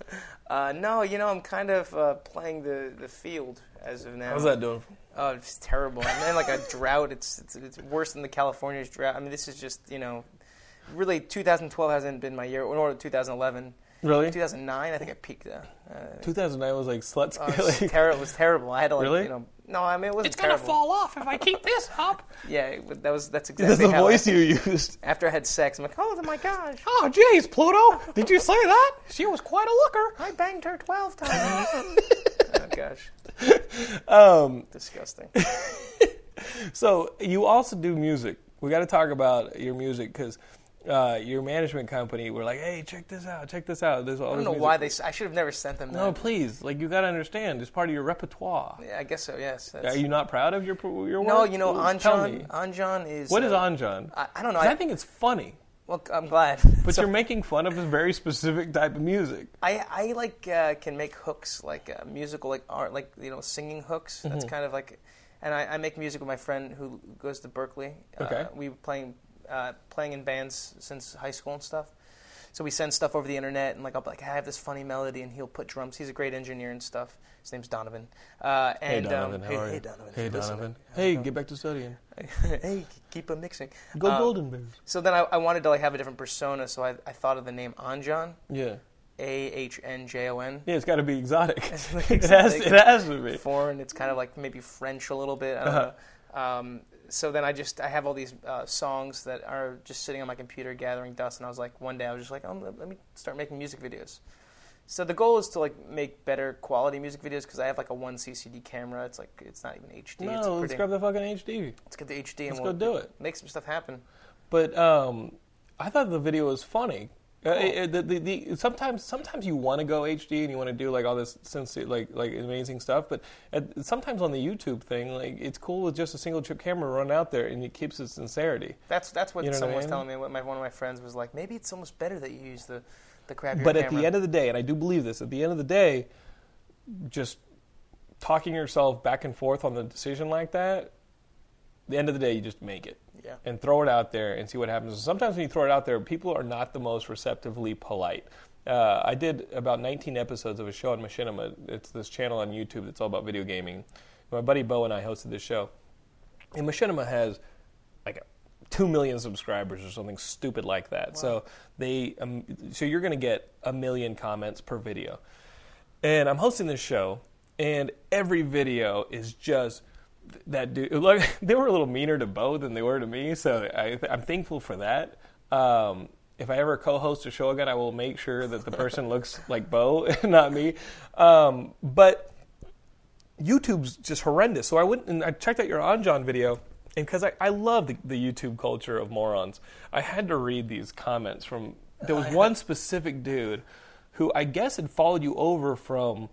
[SPEAKER 3] Uh, no, you know, I'm kind of uh, playing the, the field as of now.
[SPEAKER 1] How's that doing?
[SPEAKER 3] Oh, it's terrible. I'm in like a drought. It's, it's it's worse than the California's drought. I mean, this is just you know, really 2012 hasn't been my year, or 2011.
[SPEAKER 1] Really?
[SPEAKER 3] 2009, I think I peaked there. Uh,
[SPEAKER 1] 2009 was like sluts.
[SPEAKER 3] it, was terri- it was Oh, terrible. I had to like
[SPEAKER 1] Really?
[SPEAKER 3] you know. No, I mean it wasn't
[SPEAKER 1] it's gonna
[SPEAKER 3] terrible.
[SPEAKER 1] fall off if I keep this up.
[SPEAKER 3] Yeah, it, wa- that was that's exactly
[SPEAKER 1] That's the
[SPEAKER 3] how. I-
[SPEAKER 1] voice you used.
[SPEAKER 3] after I had sex, I'm like, oh my gosh,
[SPEAKER 1] Oh, jeez, Pluto, did you say that? She was quite a
[SPEAKER 3] I banged her 12 times. oh gosh,
[SPEAKER 1] looker. Um,
[SPEAKER 3] disgusting.
[SPEAKER 1] so you also do music. We got to talk about your music because uh, your management company were like, "Hey, check this out, check this out." There's all
[SPEAKER 3] I don't know why they. s- I should have never sent them that.
[SPEAKER 1] No, please, like you got to understand, it's part of your repertoire.
[SPEAKER 3] Yeah, I guess so. Yes.
[SPEAKER 1] Are
[SPEAKER 3] That's,
[SPEAKER 1] you not proud of your your work?
[SPEAKER 3] no, you know,
[SPEAKER 1] Ooh, tell me.
[SPEAKER 3] Anjan. Anjan is.
[SPEAKER 1] What is
[SPEAKER 3] uh,
[SPEAKER 1] Anjan?
[SPEAKER 3] I, I don't know.
[SPEAKER 1] 'Cause
[SPEAKER 3] I,
[SPEAKER 1] I think it's funny,
[SPEAKER 3] well, I'm glad.
[SPEAKER 1] but you're making fun of a very specific type of music.
[SPEAKER 3] I, I like uh, can make hooks like uh, musical like art like you know singing hooks.
[SPEAKER 1] Mm-hmm.
[SPEAKER 3] That's kind of like, and I, I make music with my friend who goes to Berkeley.
[SPEAKER 1] Okay.
[SPEAKER 3] Uh, we were playing uh, playing in bands since high school and stuff. So we send stuff over the internet and like I'll be like I have this funny melody and he'll put drums. He's a great engineer and stuff. His name's Donovan. Uh, and, um, hey, hey Donovan.
[SPEAKER 1] Hey,
[SPEAKER 3] if you're
[SPEAKER 1] Donovan. Hey, get back to studying. Uh,
[SPEAKER 3] listening. hey, keep on mixing.
[SPEAKER 1] Go
[SPEAKER 3] Um,
[SPEAKER 1] Golden Bears.
[SPEAKER 3] So then I, I wanted to like have a different persona, so I, I thought of the name Anjan.
[SPEAKER 1] Yeah.
[SPEAKER 3] A H N J O N.
[SPEAKER 1] Yeah, it's got to be exotic.
[SPEAKER 3] like
[SPEAKER 1] it, has,
[SPEAKER 3] exotic.
[SPEAKER 1] it has to be. Uh-huh.
[SPEAKER 3] foreign. It's kind of like maybe French a little bit. I don't know. Um, so then I just I have all these uh, songs that are just sitting on my computer gathering dust, and I was like, one day I was just like, um, let me start making music videos. So the goal is to like make better quality music videos because I have like a one CCD camera. It's like it's not even HD. it's
[SPEAKER 1] No, let's
[SPEAKER 3] pretty.
[SPEAKER 1] grab the fucking HD.
[SPEAKER 3] let's get the HD and
[SPEAKER 1] Let's
[SPEAKER 3] we'll
[SPEAKER 1] go do it.
[SPEAKER 3] Make some stuff happen.
[SPEAKER 1] But um, I thought the video was funny. Uh, uh, the, the, the, sometimes, sometimes you want to go HD and you want to do like all this sincere, like like amazing stuff. But at, sometimes on the YouTube thing, like it's cool with just a single chip camera run out there and it keeps its sincerity.
[SPEAKER 3] That's that's what
[SPEAKER 1] You know what I
[SPEAKER 3] someone was
[SPEAKER 1] mean?
[SPEAKER 3] telling me. What my, one of my friends was like, maybe it's almost better that you use the the crappier
[SPEAKER 1] But
[SPEAKER 3] camera.
[SPEAKER 1] at the end of the day, and I do believe this, at the end of the day, just talking yourself back and forth on the decision like that, the end of the day, you just make it.
[SPEAKER 3] Yeah.
[SPEAKER 1] And throw it out there and see what happens. And sometimes when you throw it out there, people are not the most receptively polite. Uh, I did about 19 episodes of a show on Machinima. It's this channel on YouTube that's all about video gaming. My buddy Bo and I hosted this show. And Machinima has like two million subscribers or something stupid like that. So they, um, so you're going to get a million comments per video. And I'm hosting this show, and every video is just th- that dude. Like they were a little meaner to Bo than they were to me, so I, I'm thankful for that. Um, if I ever co-host a show again, I will make sure that the person looks like Bo, and not me. Um, but YouTube's just horrendous. So I went and I checked out your Anjan video, and because I, I love the, the YouTube culture of morons, I had to read these comments from. There was one specific dude who I guess had followed you over from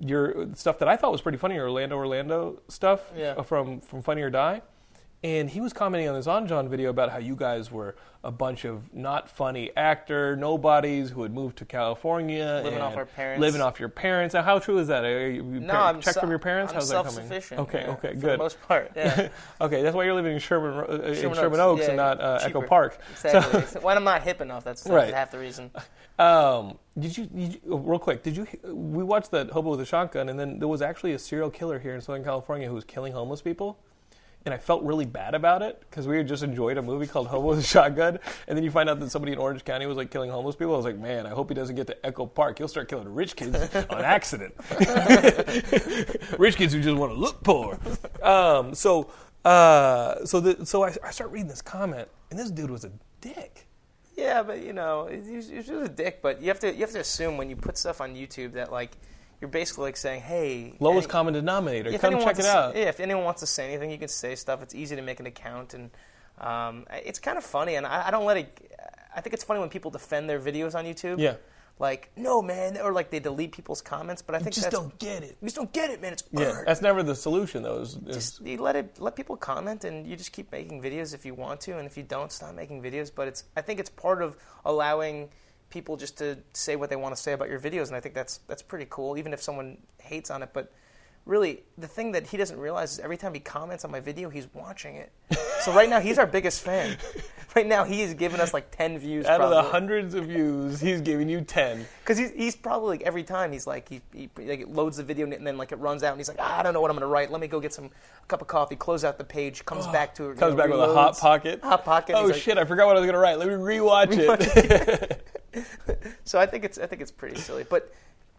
[SPEAKER 1] your stuff that I thought was pretty funny, your Orlando Orlando stuff
[SPEAKER 3] Yeah.
[SPEAKER 1] uh, from from Funny or Die, and he was commenting on this Anjan video about how you guys were a bunch of not funny actor nobodies who had moved to California,
[SPEAKER 3] Living
[SPEAKER 1] and
[SPEAKER 3] off our parents.
[SPEAKER 1] living off your parents. Now, how true is that? Are you,
[SPEAKER 3] No, I'm
[SPEAKER 1] check
[SPEAKER 3] se-
[SPEAKER 1] from your parents.
[SPEAKER 3] I'm
[SPEAKER 1] How's that coming?
[SPEAKER 3] self-sufficient.
[SPEAKER 1] Okay,
[SPEAKER 3] yeah,
[SPEAKER 1] okay,
[SPEAKER 3] for
[SPEAKER 1] good.
[SPEAKER 3] the most part. Yeah.
[SPEAKER 1] okay, that's why you're living in Sherman, Ro- uh, in Sherman,
[SPEAKER 3] Sherman
[SPEAKER 1] Oaks,
[SPEAKER 3] yeah,
[SPEAKER 1] and not uh, Echo
[SPEAKER 3] cheaper.
[SPEAKER 1] Park.
[SPEAKER 3] Exactly. when I'm not hip enough, that's, that's
[SPEAKER 1] Right.
[SPEAKER 3] half the reason.
[SPEAKER 1] Um, did you, did you oh, real quick? Did you? We watched that hobo with a shotgun, and then there was actually a serial killer here in Southern California who was killing homeless people. And I felt really bad about it because we had just enjoyed a movie called Hobo with a Shotgun, and then you find out that somebody in Orange County was like killing homeless people. I was like, man, I hope he doesn't get to Echo Park. He'll start killing rich kids on accident. rich kids who just want to look poor. Um, so, uh, so, the, so I, I start reading this comment, and this dude was a dick.
[SPEAKER 3] Yeah, but you know, he's he's just a dick. But you have to you have to assume when you put stuff on YouTube that like you're basically like saying, hey,
[SPEAKER 1] Lowest
[SPEAKER 3] any-
[SPEAKER 1] common denominator.
[SPEAKER 3] if
[SPEAKER 1] Come
[SPEAKER 3] anyone
[SPEAKER 1] check
[SPEAKER 3] wants
[SPEAKER 1] it
[SPEAKER 3] to,
[SPEAKER 1] out.
[SPEAKER 3] Yeah, if anyone wants to say anything, you can say stuff. It's easy to make an account, and um, I- it's kind of funny. And I, I don't let it. I think it's funny when people defend their videos on YouTube.
[SPEAKER 1] Yeah.
[SPEAKER 3] Like no man, or like they delete people's comments. But I think
[SPEAKER 1] just
[SPEAKER 3] that's-
[SPEAKER 1] don't get it.
[SPEAKER 3] You just don't get it, man. It's
[SPEAKER 1] Yeah,
[SPEAKER 3] art.
[SPEAKER 1] that's never the solution though. Is, is-
[SPEAKER 3] just you let it let people comment and you just keep making videos if you want to and if you don't stop making videos but it's i think it's part of allowing people just to say what they want to say about your videos and i think that's that's pretty cool even if someone hates on it but really the thing that he doesn't realize is every time he comments on my video he's watching it so right now he's our biggest fan right now he has given us like 10 views
[SPEAKER 1] out of the
[SPEAKER 3] probably.
[SPEAKER 1] hundreds of views, he's giving you ten.
[SPEAKER 3] Because he's, he's probably like every time he's like he, he like it loads the video and then like it runs out and he's like "Ah, I don't know what I'm gonna write. Let me go get some a cup of coffee. Close out the page. Comes back to it. you
[SPEAKER 1] Comes
[SPEAKER 3] know,
[SPEAKER 1] back with a hot
[SPEAKER 3] reloads.
[SPEAKER 1] pocket.
[SPEAKER 3] Hot pocket.
[SPEAKER 1] Oh
[SPEAKER 3] he's like-
[SPEAKER 1] shit! I forgot what I was gonna write. Let me rewatch it.
[SPEAKER 3] So I think it's I think it's pretty silly. But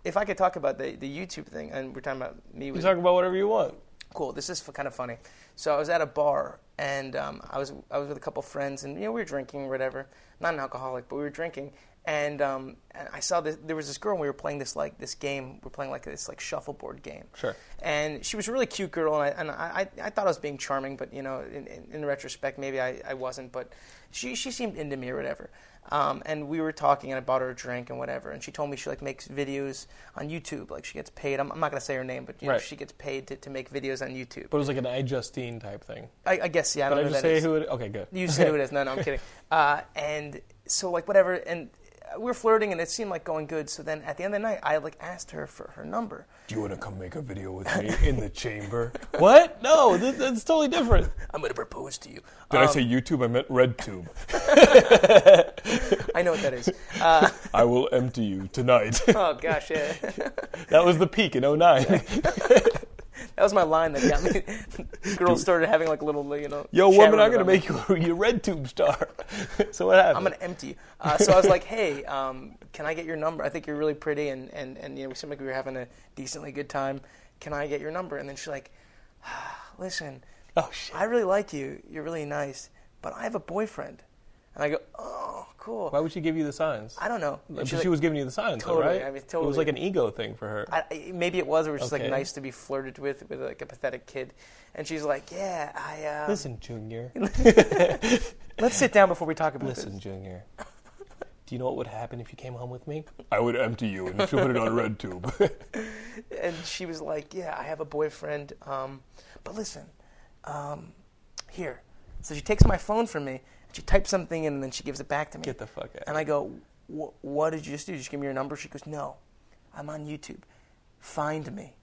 [SPEAKER 3] if I could talk about the, the YouTube thing and we're talking about me
[SPEAKER 1] you
[SPEAKER 3] with
[SPEAKER 1] talk about whatever you want.
[SPEAKER 3] cool. This is kind of funny. So I was at a bar and um, I was I was with a couple friends and you know we were drinking whatever. Not an alcoholic, but we were drinking. And, um, and I saw this, there was this girl. and We were playing this like this game. We're playing like this like shuffleboard game.
[SPEAKER 1] Sure.
[SPEAKER 3] And she was a really cute girl, and I and I, I I thought I was being charming, but you know, in, in, in retrospect, maybe I, I wasn't. But she she seemed into me or whatever. Um, and we were talking, and I bought her a drink and whatever. And she told me she like makes videos on YouTube. Like she gets paid. I'm, I'm not gonna say her name, but you know,
[SPEAKER 1] Right.
[SPEAKER 3] she gets paid to, to make videos on YouTube.
[SPEAKER 1] But it was like an I Justine type thing.
[SPEAKER 3] I, I guess yeah. I don't
[SPEAKER 1] Did I
[SPEAKER 3] know
[SPEAKER 1] just
[SPEAKER 3] who that
[SPEAKER 1] say
[SPEAKER 3] is.
[SPEAKER 1] who it? Okay, good.
[SPEAKER 3] You said who it is. No, no, I'm kidding. Uh, and so like whatever, and we were flirting, and it seemed like going good. So then at the end of the night, I like asked her for her number.
[SPEAKER 1] Do you want to come make a video with me in the chamber? What? No, this, that's totally different.
[SPEAKER 3] I'm gonna propose to you.
[SPEAKER 1] Did I say YouTube? I meant RedTube.
[SPEAKER 3] I know what that is.
[SPEAKER 1] I will empty you tonight.
[SPEAKER 3] Oh gosh, yeah.
[SPEAKER 1] that was the peak in 09.
[SPEAKER 3] That was my line that got me. Girls started having like little, you know.
[SPEAKER 1] Yo,
[SPEAKER 3] chat
[SPEAKER 1] woman, I'm
[SPEAKER 3] rooms
[SPEAKER 1] gonna
[SPEAKER 3] about me.
[SPEAKER 1] make you your RedTube star. so what happened?
[SPEAKER 3] I'm gonna empty. you. Uh, so I was like, hey, um, can I get your number? I think you're really pretty, and and and you know, we seemed like we were having a decently good time. Can I get your number? And then she's like, ah, listen,
[SPEAKER 1] Oh shit!
[SPEAKER 3] I really like you. You're really nice, but I have a boyfriend. And I go, oh, cool.
[SPEAKER 1] Why would she give you the signs?
[SPEAKER 3] I don't know. And
[SPEAKER 1] But
[SPEAKER 3] she's
[SPEAKER 1] she
[SPEAKER 3] like-
[SPEAKER 1] was giving you the signs, though,
[SPEAKER 3] Totally,
[SPEAKER 1] right?
[SPEAKER 3] I mean,
[SPEAKER 1] It was
[SPEAKER 3] totally.
[SPEAKER 1] like an ego thing for her.
[SPEAKER 3] I, uh, I- maybe it was, or it was just
[SPEAKER 1] Okay.
[SPEAKER 3] like nice to be flirted with, with like a pathetic kid. And she's like, yeah, I. Uh,
[SPEAKER 1] Listen, Junior.
[SPEAKER 3] let's sit down before we talk about this.
[SPEAKER 1] Listen, Junior. Do you know what would happen if you came home with me? I would empty you and she'll put it on RedTube.
[SPEAKER 3] and she was like, "Yeah, I have a boyfriend, um, but listen, um, here." So she takes my phone from me, and she types something in, and then she gives it back to me.
[SPEAKER 1] Get the fuck out.
[SPEAKER 3] And I go, "Wh- "What did you just do? Did you give me your number?" She goes, "No, I'm on YouTube. Find me."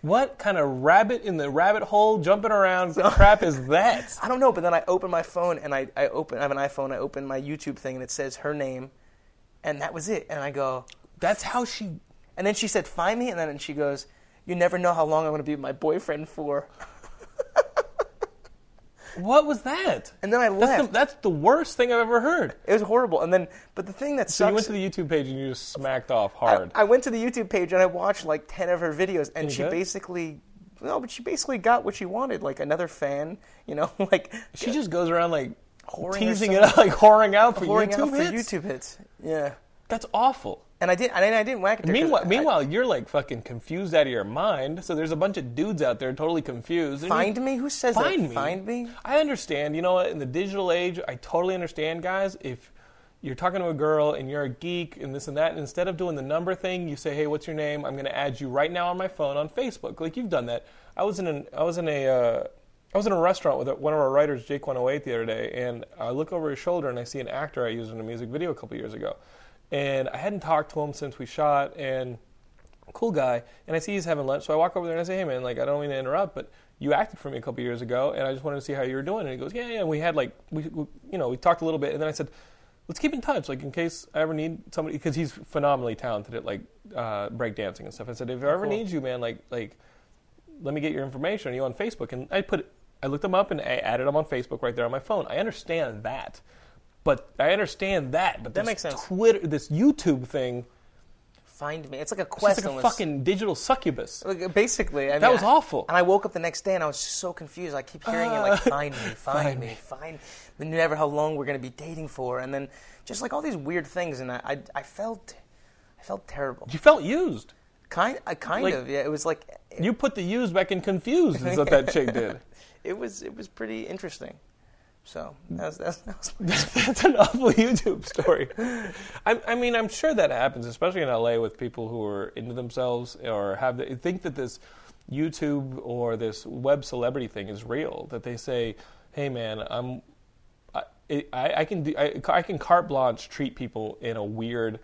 [SPEAKER 1] what kind of rabbit in the rabbit hole jumping around crap is that?
[SPEAKER 3] I don't know, but then I open my phone and I, I open I have an iPhone. I open my YouTube thing, and it says her name, and that was it. And I go,
[SPEAKER 1] That's how she.
[SPEAKER 3] and then she said, "Find me," and then she goes, "You never know how long I'm going to be with my boyfriend for."
[SPEAKER 1] What was that?
[SPEAKER 3] And then I
[SPEAKER 1] That's the,
[SPEAKER 3] left.
[SPEAKER 1] that's the worst thing I've ever heard.
[SPEAKER 3] It was horrible. And then, but the thing that
[SPEAKER 1] So
[SPEAKER 3] sucks.
[SPEAKER 1] you went to the YouTube page and you just smacked off
[SPEAKER 3] I,
[SPEAKER 1] hard.
[SPEAKER 3] I went to the YouTube page and I watched like ten of her videos, and
[SPEAKER 1] you
[SPEAKER 3] she
[SPEAKER 1] good?
[SPEAKER 3] basically no, but she basically got what she wanted, like another fan, you know, like
[SPEAKER 1] she just goes around like
[SPEAKER 3] Whoring
[SPEAKER 1] teasing it
[SPEAKER 3] herself.
[SPEAKER 1] out, like whoring out for
[SPEAKER 3] pouring
[SPEAKER 1] YouTube
[SPEAKER 3] out for
[SPEAKER 1] hits.
[SPEAKER 3] YouTube hits. Yeah,
[SPEAKER 1] That's awful.
[SPEAKER 3] and I did, and I didn't whack it.
[SPEAKER 1] Meanwhile, meanwhile, you're like fucking confused out of your mind. So there's a bunch of dudes out there totally confused. And
[SPEAKER 3] find
[SPEAKER 1] you-
[SPEAKER 3] me. Who says
[SPEAKER 1] Find
[SPEAKER 3] that?
[SPEAKER 1] me.
[SPEAKER 3] Find me.
[SPEAKER 1] I understand. You know what? In the digital age, I totally understand, guys. If you're talking to a girl and you're a geek and this and that, and instead of doing the number thing, you say, "Hey, what's your name? I'm going to add you right now on my phone on Facebook." Like you've done that. I was in an I was in a uh, I was in a restaurant with one of our writers, Jake 108, the other day, and I look over his shoulder and I see an actor I used in a music video a couple years ago. And I hadn't talked to him since we shot, and cool guy. And I see he's having lunch, so I walk over there and I say, hey man, like I don't mean to interrupt, but you acted for me a couple years ago, and I just wanted to see how you were doing. And he goes, yeah, yeah. And we had like, we, we, you know, we talked a little bit, and then I said, let's keep in touch, like in case I ever need somebody, because he's phenomenally talented at like uh, breakdancing and stuff. I said, if I ever need you, man, like like let me get your information. Are you on Facebook? And I put, I looked him up and I added him on Facebook right there on my phone. I understand that, but I understand that. But
[SPEAKER 3] That
[SPEAKER 1] this
[SPEAKER 3] makes sense.
[SPEAKER 1] Twitter, this YouTube thing,
[SPEAKER 3] Find me. It's like a
[SPEAKER 1] it's
[SPEAKER 3] quest.
[SPEAKER 1] like a
[SPEAKER 3] almost.
[SPEAKER 1] fucking digital succubus.
[SPEAKER 3] Like, basically, I mean,
[SPEAKER 1] That was
[SPEAKER 3] I-
[SPEAKER 1] awful. Uh,
[SPEAKER 3] And I woke up the next day and I was just so confused. I keep hearing it like, "Find me, find, me, find." Then never how long we're going to be dating for, and then just like all these weird things, and I, I, I felt, I felt terrible.
[SPEAKER 1] You felt used.
[SPEAKER 3] Kind, I kind
[SPEAKER 1] Like-
[SPEAKER 3] of, yeah. It was like, it,
[SPEAKER 1] You put the used back in confused. Is what that chick did.
[SPEAKER 3] it was, it was pretty interesting. So that was, that was, that was
[SPEAKER 1] That's an awful YouTube story. I, I mean, I'm sure that happens, especially in LA with people who are into themselves or have the, think that this YouTube or this web celebrity thing is real. That they say, "Hey, man, I'm, I, I, I can do, I, I can carte blanche treat people in a weird,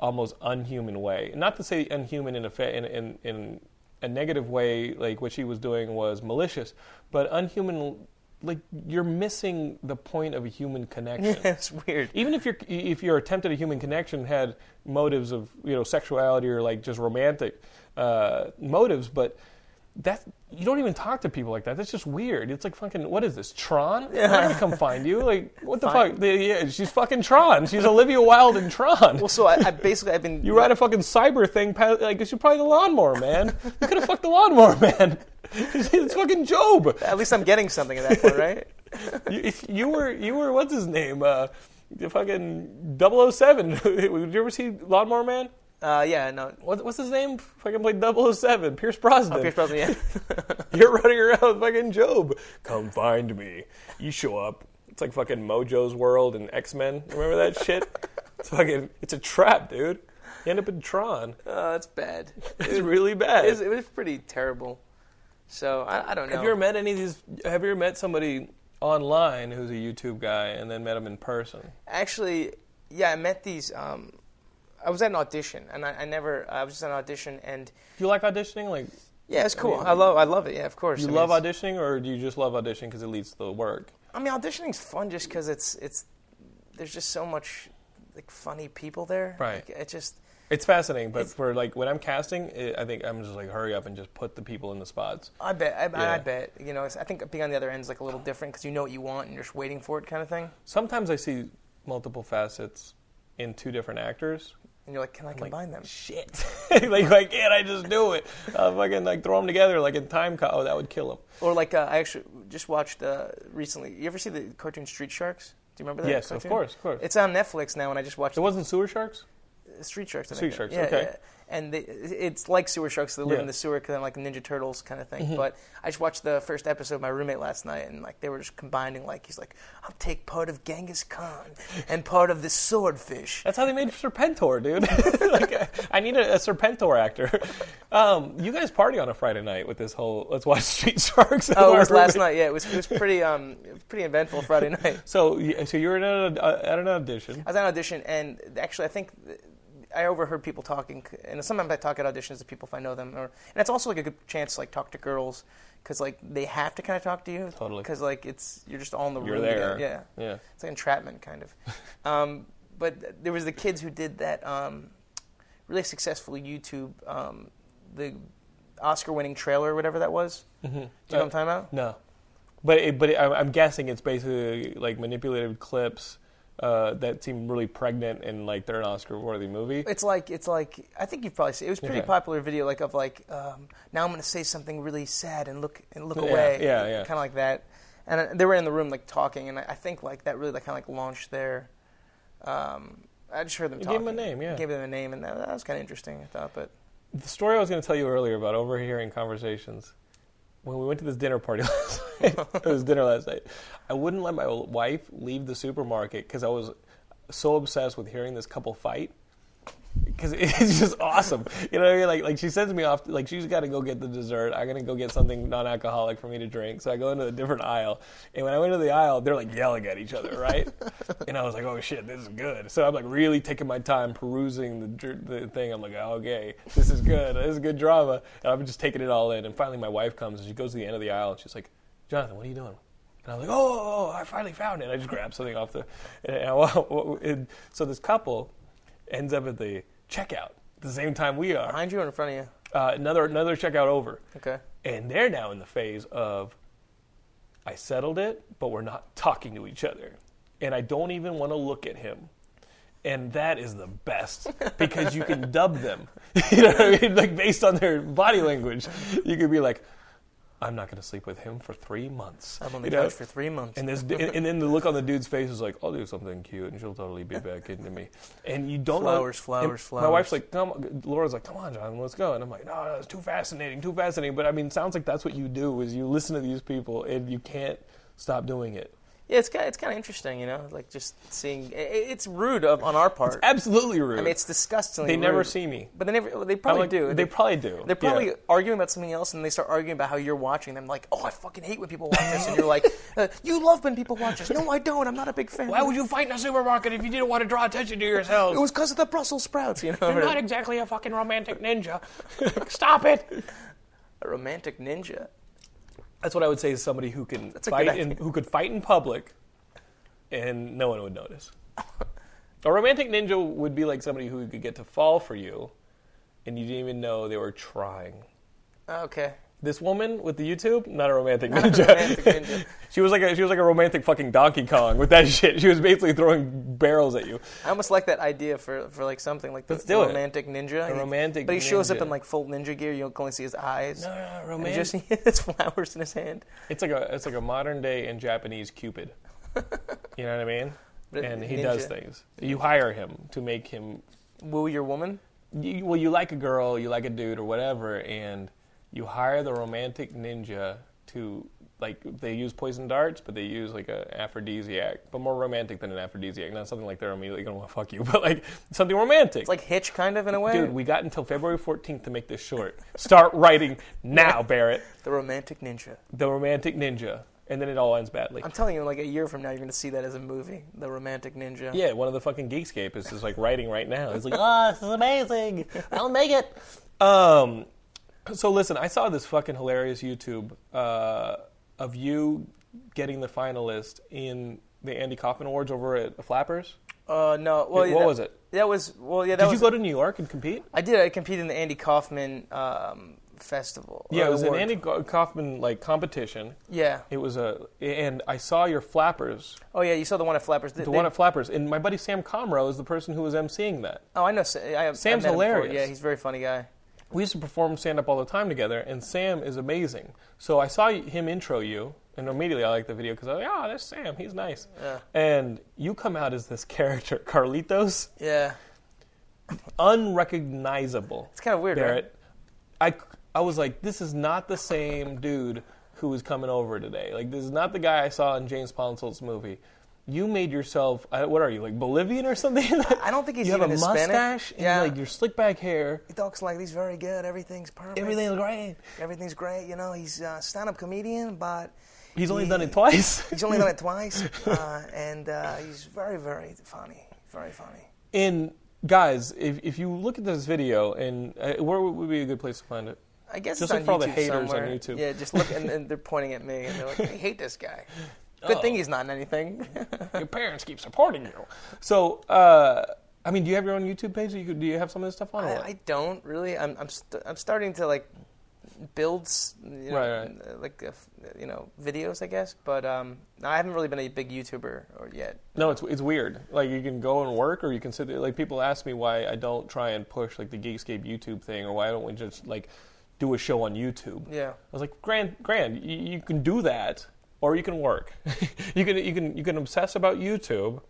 [SPEAKER 1] almost unhuman way. Not to say unhuman in a fa- in, in in a negative way, like what she was doing was malicious, but unhuman." Like you're missing the point of a human connection.
[SPEAKER 3] it's weird.
[SPEAKER 1] Even if your if your attempt at a human connection had motives of you know sexuality or like just romantic uh, motives, but that you don't even talk to people like that. That's just weird. It's like fucking what is this Tron? I'm not gonna come find you. Like what the
[SPEAKER 3] Fine.
[SPEAKER 1] fuck? The- Yeah, she's fucking Tron. She's Olivia Wilde in Tron.
[SPEAKER 3] Well, so I, I basically I've been
[SPEAKER 1] you ride a fucking cyber thing. pa- Like it's probably the lawnmower man. You could have fucked the lawnmower man. it's fucking Job.
[SPEAKER 3] At least I'm getting something at that point, right?
[SPEAKER 1] you, if you were you were what's his name? Uh, the fucking 007. Did you ever see Lawnmower Man?
[SPEAKER 3] Uh, yeah, no.
[SPEAKER 1] What, what's his name? Fucking played 007. Pierce Brosnan.
[SPEAKER 3] Oh, Pierce Brosnan, yeah.
[SPEAKER 1] You're running around with fucking Job. Come find me. You show up. It's like fucking Mojo's World and X Men. Remember that shit? It's fucking. It's a trap, dude. You end up in Tron.
[SPEAKER 3] Oh, that's bad.
[SPEAKER 1] It's really bad.
[SPEAKER 3] It was, it was pretty terrible. So I, I don't know.
[SPEAKER 1] Have you ever met any of these? Have you ever met somebody online who's a YouTube guy and then met him in person?
[SPEAKER 3] actually, yeah, I met these. Um, I was at an audition, and I, I never. I was just at an audition, and
[SPEAKER 1] Do you like auditioning? Like,
[SPEAKER 3] yeah, it's cool. I, love. I love it. Yeah, of course.
[SPEAKER 1] Do
[SPEAKER 3] I
[SPEAKER 1] you
[SPEAKER 3] mean,
[SPEAKER 1] love
[SPEAKER 3] it's-
[SPEAKER 1] auditioning, or do you just love auditioning because it leads to the work?
[SPEAKER 3] I mean, auditioning's fun just because it's it's. There's just so much like funny people there.
[SPEAKER 1] Right.
[SPEAKER 3] Like, it just.
[SPEAKER 1] It's fascinating, but for like when I'm casting, it, I think I'm just like hurry up and just put the people in the spots.
[SPEAKER 3] I bet. I, I- I
[SPEAKER 1] Yeah.
[SPEAKER 3] bet. You know, it's, I think being on the other end is like a little different because you know what you want and you're just waiting for it, kind of thing.
[SPEAKER 1] Sometimes I see multiple facets in two different actors.
[SPEAKER 3] And you're like, can I combine them?
[SPEAKER 1] Shit! like, like, can't I just do it? Uh, fucking like throw them together like in time. Co- oh, that would kill them.
[SPEAKER 3] Or like uh, I actually just watched uh, recently. You ever see the cartoon Street Sharks? Do you remember that?
[SPEAKER 1] Yes, of
[SPEAKER 3] cartoon?
[SPEAKER 1] course, of course.
[SPEAKER 3] It's on Netflix now, and I just watched
[SPEAKER 1] It wasn't sewer sharks.
[SPEAKER 3] the Street Sharks. I
[SPEAKER 1] Street
[SPEAKER 3] think.
[SPEAKER 1] Sharks,
[SPEAKER 3] Yeah,
[SPEAKER 1] okay.
[SPEAKER 3] yeah. And they, it's like sewer sharks. They live
[SPEAKER 1] Yeah. Mm-hmm.
[SPEAKER 3] in the sewer, kind of like Ninja Turtles kind of thing. But I just watched the first episode with my roommate last night, and like they were just combining. Like he's like, I'll take part of Genghis Khan and part of the swordfish.
[SPEAKER 1] That's how they made Serpentor, dude. like, I, I need a, a Serpentor actor. Um, you guys party on a Friday night with this whole let's watch Street Sharks.
[SPEAKER 3] Oh, it was last night. Yeah, it was, it was pretty um pretty eventful Friday night.
[SPEAKER 1] So, y- so you were at an, uh, at an audition.
[SPEAKER 3] I was at an audition, and actually, I think th- I overheard people talking. And sometimes I talk at auditions to people if I know them, or and it's also like a good chance to like talk to girls because like they have to kind of talk to you.
[SPEAKER 1] Totally.
[SPEAKER 3] Because like it's you're just all in the
[SPEAKER 1] You're
[SPEAKER 3] room.
[SPEAKER 1] there.
[SPEAKER 3] together. Yeah.
[SPEAKER 1] Yeah.
[SPEAKER 3] It's like entrapment kind of. um, but there was the kids who did that um, really successful YouTube um, the Oscar-winning trailer, or whatever that was. Mm-hmm. Do you know what I'm talking about?
[SPEAKER 1] No, but it, but it, I'm, I'm guessing it's basically like manipulated clips uh, that seem really pregnant and like they're an Oscar-worthy movie.
[SPEAKER 3] It's like it's like I think you've probably seen. It was a pretty
[SPEAKER 1] Okay.
[SPEAKER 3] popular video, like of like um, now I'm going to say something really sad and look and look
[SPEAKER 1] Yeah,
[SPEAKER 3] away,
[SPEAKER 1] yeah, yeah.
[SPEAKER 3] kind of like that. And uh, they were in the room like talking, and I, I think like that really like, kind of like launched their. Um, I just heard them
[SPEAKER 1] You
[SPEAKER 3] talking.
[SPEAKER 1] gave 'em a name, yeah.
[SPEAKER 3] Gave them a name, and that, that was kind of interesting. I thought, but
[SPEAKER 1] The story I was going to tell you earlier about overhearing conversations. When we went to this dinner party last night, it was dinner last night. I wouldn't let my wife leave the supermarket because I was so obsessed with hearing this couple fight. because it's just awesome. You know what I mean? Like, like she sends me off. Like she's got to go get the dessert. I'm gonna go get something non-alcoholic for me to drink. So I go into a different aisle, and when I went to the aisle, they're like yelling at each other, right? and I was like, oh shit, this is good. So I'm like really taking my time perusing the dr- the thing. I'm like, oh, okay, this is good. This is good drama. And I'm just taking it all in. And finally, my wife comes and she goes to the end of the aisle and she's like, Jonathan, what are you doing? And I was like, oh, oh, I finally found it. I just grabbed something off the. And I, and so this couple ends up at the checkout at the same time we are.
[SPEAKER 3] Behind you or in front of you?
[SPEAKER 1] Uh, another another checkout over.
[SPEAKER 3] Okay.
[SPEAKER 1] And they're now in the phase of, I settled it, but we're not talking to each other, and I don't even want to look at him. And that is the best because you can dub them, you know what I mean? Like based on their body language, you could be like, "I'm not going to sleep with him for three months."
[SPEAKER 3] I'm on the
[SPEAKER 1] you know?
[SPEAKER 3] couch for three months.
[SPEAKER 1] And this, and, and then the look on the dude's face is like, "I'll do something cute, and she'll totally be back into me." And you don't know-
[SPEAKER 3] Flowers, flowers,
[SPEAKER 1] and My
[SPEAKER 3] flowers.
[SPEAKER 1] wife's like, "Come," Laura's like, "Come on, John, let's go." And I'm like, "No, no, it's too fascinating, too fascinating." But I mean, sounds like that's what you do is you listen to these people and you can't stop doing it.
[SPEAKER 3] yeah, it's kind of, it's kind of interesting, you know, like just seeing. i- i it's rude of, on our part.
[SPEAKER 1] Absolutely rude.
[SPEAKER 3] I mean, it's disgustingly.
[SPEAKER 1] They never
[SPEAKER 3] rude.
[SPEAKER 1] see me.
[SPEAKER 3] But they never. They
[SPEAKER 1] I'm
[SPEAKER 3] probably
[SPEAKER 1] like,
[SPEAKER 3] do.
[SPEAKER 1] They probably do.
[SPEAKER 3] They're probably
[SPEAKER 1] Yeah.
[SPEAKER 3] arguing about something else, and they start arguing about how you're watching them. Like, oh, I fucking hate when people watch this, and you're like, uh, you love when people watch this. No, I don't. I'm not a big fan.
[SPEAKER 1] Why would you fight in a supermarket if you didn't want to draw attention to
[SPEAKER 3] It
[SPEAKER 1] yourself?
[SPEAKER 3] was because of the Brussels sprouts, you know.
[SPEAKER 1] You're not exactly a fucking romantic ninja. stop it.
[SPEAKER 3] a romantic ninja.
[SPEAKER 1] That's what I would say is somebody who can
[SPEAKER 3] a
[SPEAKER 1] fight
[SPEAKER 3] good
[SPEAKER 1] in,
[SPEAKER 3] idea.
[SPEAKER 1] who could fight in public, and no one would notice. a romantic ninja would be like somebody who could get to fall for you, and you didn't even know oh, they were trying.
[SPEAKER 3] Oh, Okay.
[SPEAKER 1] This woman with the YouTube, not a romantic ninja.
[SPEAKER 3] romantic ninja.
[SPEAKER 1] she was like a she was like a romantic fucking Donkey Kong with that shit. She was basically throwing barrels at you.
[SPEAKER 3] I almost like that idea for, for like something like the,
[SPEAKER 1] Let's
[SPEAKER 3] the
[SPEAKER 1] do it.
[SPEAKER 3] romantic ninja.
[SPEAKER 1] A romantic
[SPEAKER 3] But he shows
[SPEAKER 1] ninja.
[SPEAKER 3] up in like full ninja gear. You can only see his eyes.
[SPEAKER 1] No, no, no,
[SPEAKER 3] And you just
[SPEAKER 1] romantic.
[SPEAKER 3] see his flowers in his hand.
[SPEAKER 1] It's like a it's like a modern day and Japanese Cupid. You know what I mean?
[SPEAKER 3] But
[SPEAKER 1] And he
[SPEAKER 3] ninja.
[SPEAKER 1] does things. You hire him to make him
[SPEAKER 3] Woo your woman.
[SPEAKER 1] you, well, you like a girl, you like a dude or whatever, and you hire the romantic ninja to like they use poison darts, but they use like an aphrodisiac, but more romantic than an aphrodisiac, not something like they're immediately gonna want to fuck you, but like something romantic.
[SPEAKER 3] It's like Hitch, kind of in a way.
[SPEAKER 1] Dude, we got until February 14th to make this short. Start writing now, Barrett.
[SPEAKER 3] the romantic ninja.
[SPEAKER 1] The Romantic Ninja. And then it all ends badly.
[SPEAKER 3] I'm telling you, like a year from now, you're going to see that as a movie, The Romantic Ninja.
[SPEAKER 1] Yeah, one of the fucking Geekscape is just like writing right now. It's like, oh, this is amazing. I'll make it. Um, so listen, I saw this fucking hilarious YouTube uh, of you getting the finalist in the Andy Kaufman Awards over at Flappers.
[SPEAKER 3] Uh, no. Well,
[SPEAKER 1] Wait,
[SPEAKER 3] yeah,
[SPEAKER 1] what
[SPEAKER 3] that-
[SPEAKER 1] was it?
[SPEAKER 3] That was well. Yeah. That
[SPEAKER 1] Did
[SPEAKER 3] was,
[SPEAKER 1] you go to New York and compete?
[SPEAKER 3] I did. I competed in the Andy Kaufman um, festival.
[SPEAKER 1] Yeah,
[SPEAKER 3] uh,
[SPEAKER 1] it was an
[SPEAKER 3] award.
[SPEAKER 1] Andy Go- Kaufman like competition.
[SPEAKER 3] Yeah.
[SPEAKER 1] It was a, and I saw your Flappers,
[SPEAKER 3] Oh yeah, you saw the one at Flappers.
[SPEAKER 1] the one at Flappers, and my buddy Sam Comro is the person who was emceeing that.
[SPEAKER 3] oh, I know. Sa- I, I've
[SPEAKER 1] Sam's
[SPEAKER 3] met him before.
[SPEAKER 1] hilarious.
[SPEAKER 3] Yeah, he's a very funny guy.
[SPEAKER 1] we used to perform stand up all the time together, and Sam is amazing. So I saw him intro you, and immediately I liked the video because I was like, oh, there's Sam. He's nice.
[SPEAKER 3] Yeah.
[SPEAKER 1] And you come out as this character, Carlitos,
[SPEAKER 3] Yeah.
[SPEAKER 1] unrecognizable. It's
[SPEAKER 3] kinda weird, right?
[SPEAKER 1] Barrett. I, I was like, this is not the same dude who was coming over today. Like, this is not the guy I saw in James Ponsol's movie. You made yourself, I- what are you, like Bolivian or something?
[SPEAKER 3] I don't think he's
[SPEAKER 1] You have
[SPEAKER 3] even
[SPEAKER 1] a
[SPEAKER 3] Hispanic.
[SPEAKER 1] mustache and
[SPEAKER 3] Yeah.
[SPEAKER 1] like your slick back hair.
[SPEAKER 3] He talks like he's very good. Everything's perfect.
[SPEAKER 1] Everything's great.
[SPEAKER 3] Everything's great. You know, he's a stand-up comedian, but
[SPEAKER 1] He's only
[SPEAKER 3] he-
[SPEAKER 1] done it twice.
[SPEAKER 3] He's only done it twice, uh, and uh, he's very, very funny. Very funny.
[SPEAKER 1] And guys, if, if you look at this video, and uh, where would be a good place to find it?
[SPEAKER 3] I guess
[SPEAKER 1] Just
[SPEAKER 3] it's
[SPEAKER 1] look
[SPEAKER 3] on
[SPEAKER 1] for all the
[SPEAKER 3] YouTube
[SPEAKER 1] haters on
[SPEAKER 3] somewhere.
[SPEAKER 1] YouTube.
[SPEAKER 3] Yeah, just look, and, and they're pointing at me, and they're like, "I hate this guy." Good
[SPEAKER 1] Oh.
[SPEAKER 3] thing he's not in anything.
[SPEAKER 1] Your parents keep supporting you. So, uh, I mean, do you have your own YouTube page? Do you, do you have some of this stuff on? or
[SPEAKER 3] I,
[SPEAKER 1] what?
[SPEAKER 3] I don't really. I'm I'm, st- I'm starting to like build, s- you know,
[SPEAKER 1] Right, right.
[SPEAKER 3] uh, like uh, f- you know, videos, I guess. But um, I haven't really been a big YouTuber or yet.
[SPEAKER 1] no, it's it's weird. Like you can go and work, or you can sit there. Like people ask me why I don't try and push like the Geekscape YouTube thing, or why don't we just like do a show on YouTube?
[SPEAKER 3] Yeah.
[SPEAKER 1] I was like, grand, grand. You, you can do that, or you can work. you can you can you can obsess about YouTube,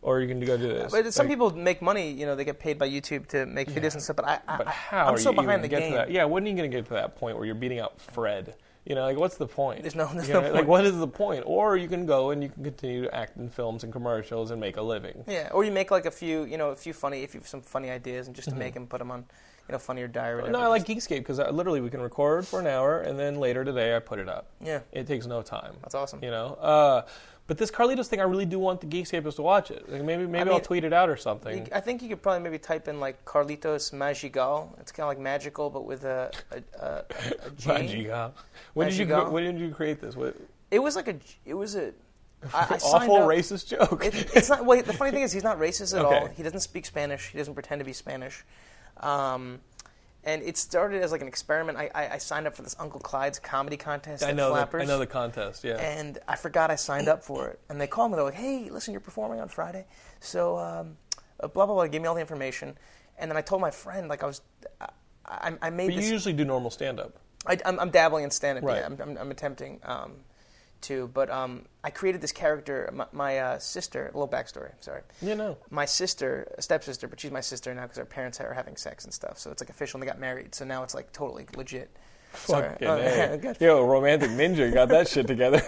[SPEAKER 1] or you can go do this.
[SPEAKER 3] But some
[SPEAKER 1] Like-
[SPEAKER 3] people make money. You know, they get paid by YouTube to make videos and stuff. But I, I
[SPEAKER 1] But how
[SPEAKER 3] I'm
[SPEAKER 1] are
[SPEAKER 3] so
[SPEAKER 1] you
[SPEAKER 3] behind
[SPEAKER 1] even
[SPEAKER 3] the
[SPEAKER 1] get
[SPEAKER 3] game.
[SPEAKER 1] to that? Yeah, when are you going to get to that point where you're beating out Fred You know, like what's the point?
[SPEAKER 3] There's no- there's
[SPEAKER 1] You
[SPEAKER 3] no
[SPEAKER 1] know,
[SPEAKER 3] point.
[SPEAKER 1] Like what is the point? Or you can go and you can continue to act in films and commercials and make a living.
[SPEAKER 3] Yeah, or you make like a few, you know, a few funny, if you have some funny ideas, and just to make them, put them on, you know, funnier diary. or
[SPEAKER 1] Mm-hmm. No,
[SPEAKER 3] whatever.
[SPEAKER 1] I like Geekscape because literally we can record for an hour and then later today I put it up.
[SPEAKER 3] Yeah.
[SPEAKER 1] It takes no time.
[SPEAKER 3] That's awesome.
[SPEAKER 1] You know? Uh, but this Carlitos thing, I really do want the Geekscapers to watch it. Like maybe maybe I will
[SPEAKER 3] mean,
[SPEAKER 1] tweet it out or something.
[SPEAKER 3] You- I think you could probably maybe type in like Carlitos Magigal. It's kind of like magical, but with a a, a, a G.
[SPEAKER 1] Magiga. When did you
[SPEAKER 3] Magiga.
[SPEAKER 1] when did you create this? What,
[SPEAKER 3] It was like a G- it was a I, I signed
[SPEAKER 1] awful
[SPEAKER 3] up-
[SPEAKER 1] racist joke.
[SPEAKER 3] It, it's not. Well, the funny thing is, he's not racist at all.
[SPEAKER 1] Okay.
[SPEAKER 3] He doesn't speak Spanish. He doesn't pretend to be Spanish. Um, and it started as like an experiment. I, I, I signed up for this Uncle Clyde's comedy contest.
[SPEAKER 1] I
[SPEAKER 3] at
[SPEAKER 1] know the,
[SPEAKER 3] Flappers.
[SPEAKER 1] I know the contest. Yeah.
[SPEAKER 3] and I forgot I signed up for it. And they called me. They're like, "Hey, listen, you're performing on Friday, so um, uh, blah blah blah." Give me all the information, and then I told my friend like I was, I, I, I made
[SPEAKER 1] but you
[SPEAKER 3] this.
[SPEAKER 1] usually do normal stand up.
[SPEAKER 3] I, I'm, I'm dabbling in stand-up.
[SPEAKER 1] Right.
[SPEAKER 3] Yeah, I'm, I'm, I'm attempting um, to, but um, I created this character. My, my uh, sister. A little backstory. Sorry.
[SPEAKER 1] You know.
[SPEAKER 3] My sister, stepsister, but she's my sister now because our parents are having sex and stuff. So it's like official, and they got married. So now it's like totally legit. Sorry.
[SPEAKER 1] Fucking
[SPEAKER 3] Oh,
[SPEAKER 1] A.
[SPEAKER 3] God.
[SPEAKER 1] Yo, romantic ninja got that shit together.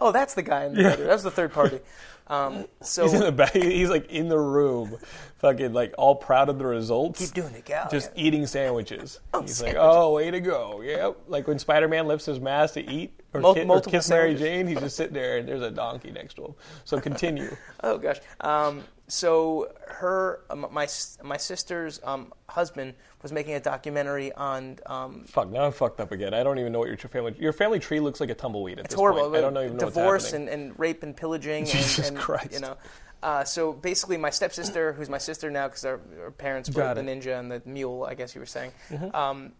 [SPEAKER 3] Oh, that's the guy in the bedroom. That was the third party. Um, so
[SPEAKER 1] he's in the back. He's like in the room, fucking like all proud of the results.
[SPEAKER 3] Keep doing it, gal.
[SPEAKER 1] Just
[SPEAKER 3] Yeah.
[SPEAKER 1] eating sandwiches. he's
[SPEAKER 3] sandwiches.
[SPEAKER 1] like, oh, way to go. Yep. Like when Spider Man lifts his mask to eat or,
[SPEAKER 3] Mul-
[SPEAKER 1] ki- or
[SPEAKER 3] multiple
[SPEAKER 1] kiss Mary
[SPEAKER 3] sandwiches.
[SPEAKER 1] Jane, he's just sitting there and there's a donkey next to him. So continue.
[SPEAKER 3] oh gosh. Um, so her, um, my s- my sister's um, husband was making a documentary on. Um,
[SPEAKER 1] Fuck, now I'm fucked up again. I don't even know what your tr- family Your family tree looks like a tumbleweed at
[SPEAKER 3] it's
[SPEAKER 1] this
[SPEAKER 3] horrible.
[SPEAKER 1] point. I don't know even know what's
[SPEAKER 3] divorce
[SPEAKER 1] happening.
[SPEAKER 3] and, and rape and pillaging. and,
[SPEAKER 1] Jesus
[SPEAKER 3] and,
[SPEAKER 1] Christ.
[SPEAKER 3] You know. Uh, so basically, my stepsister, who's my sister now, because our, our parents were
[SPEAKER 1] Got
[SPEAKER 3] the
[SPEAKER 1] it. Mm-hmm.
[SPEAKER 3] ninja and the mule, I guess you were saying. Um,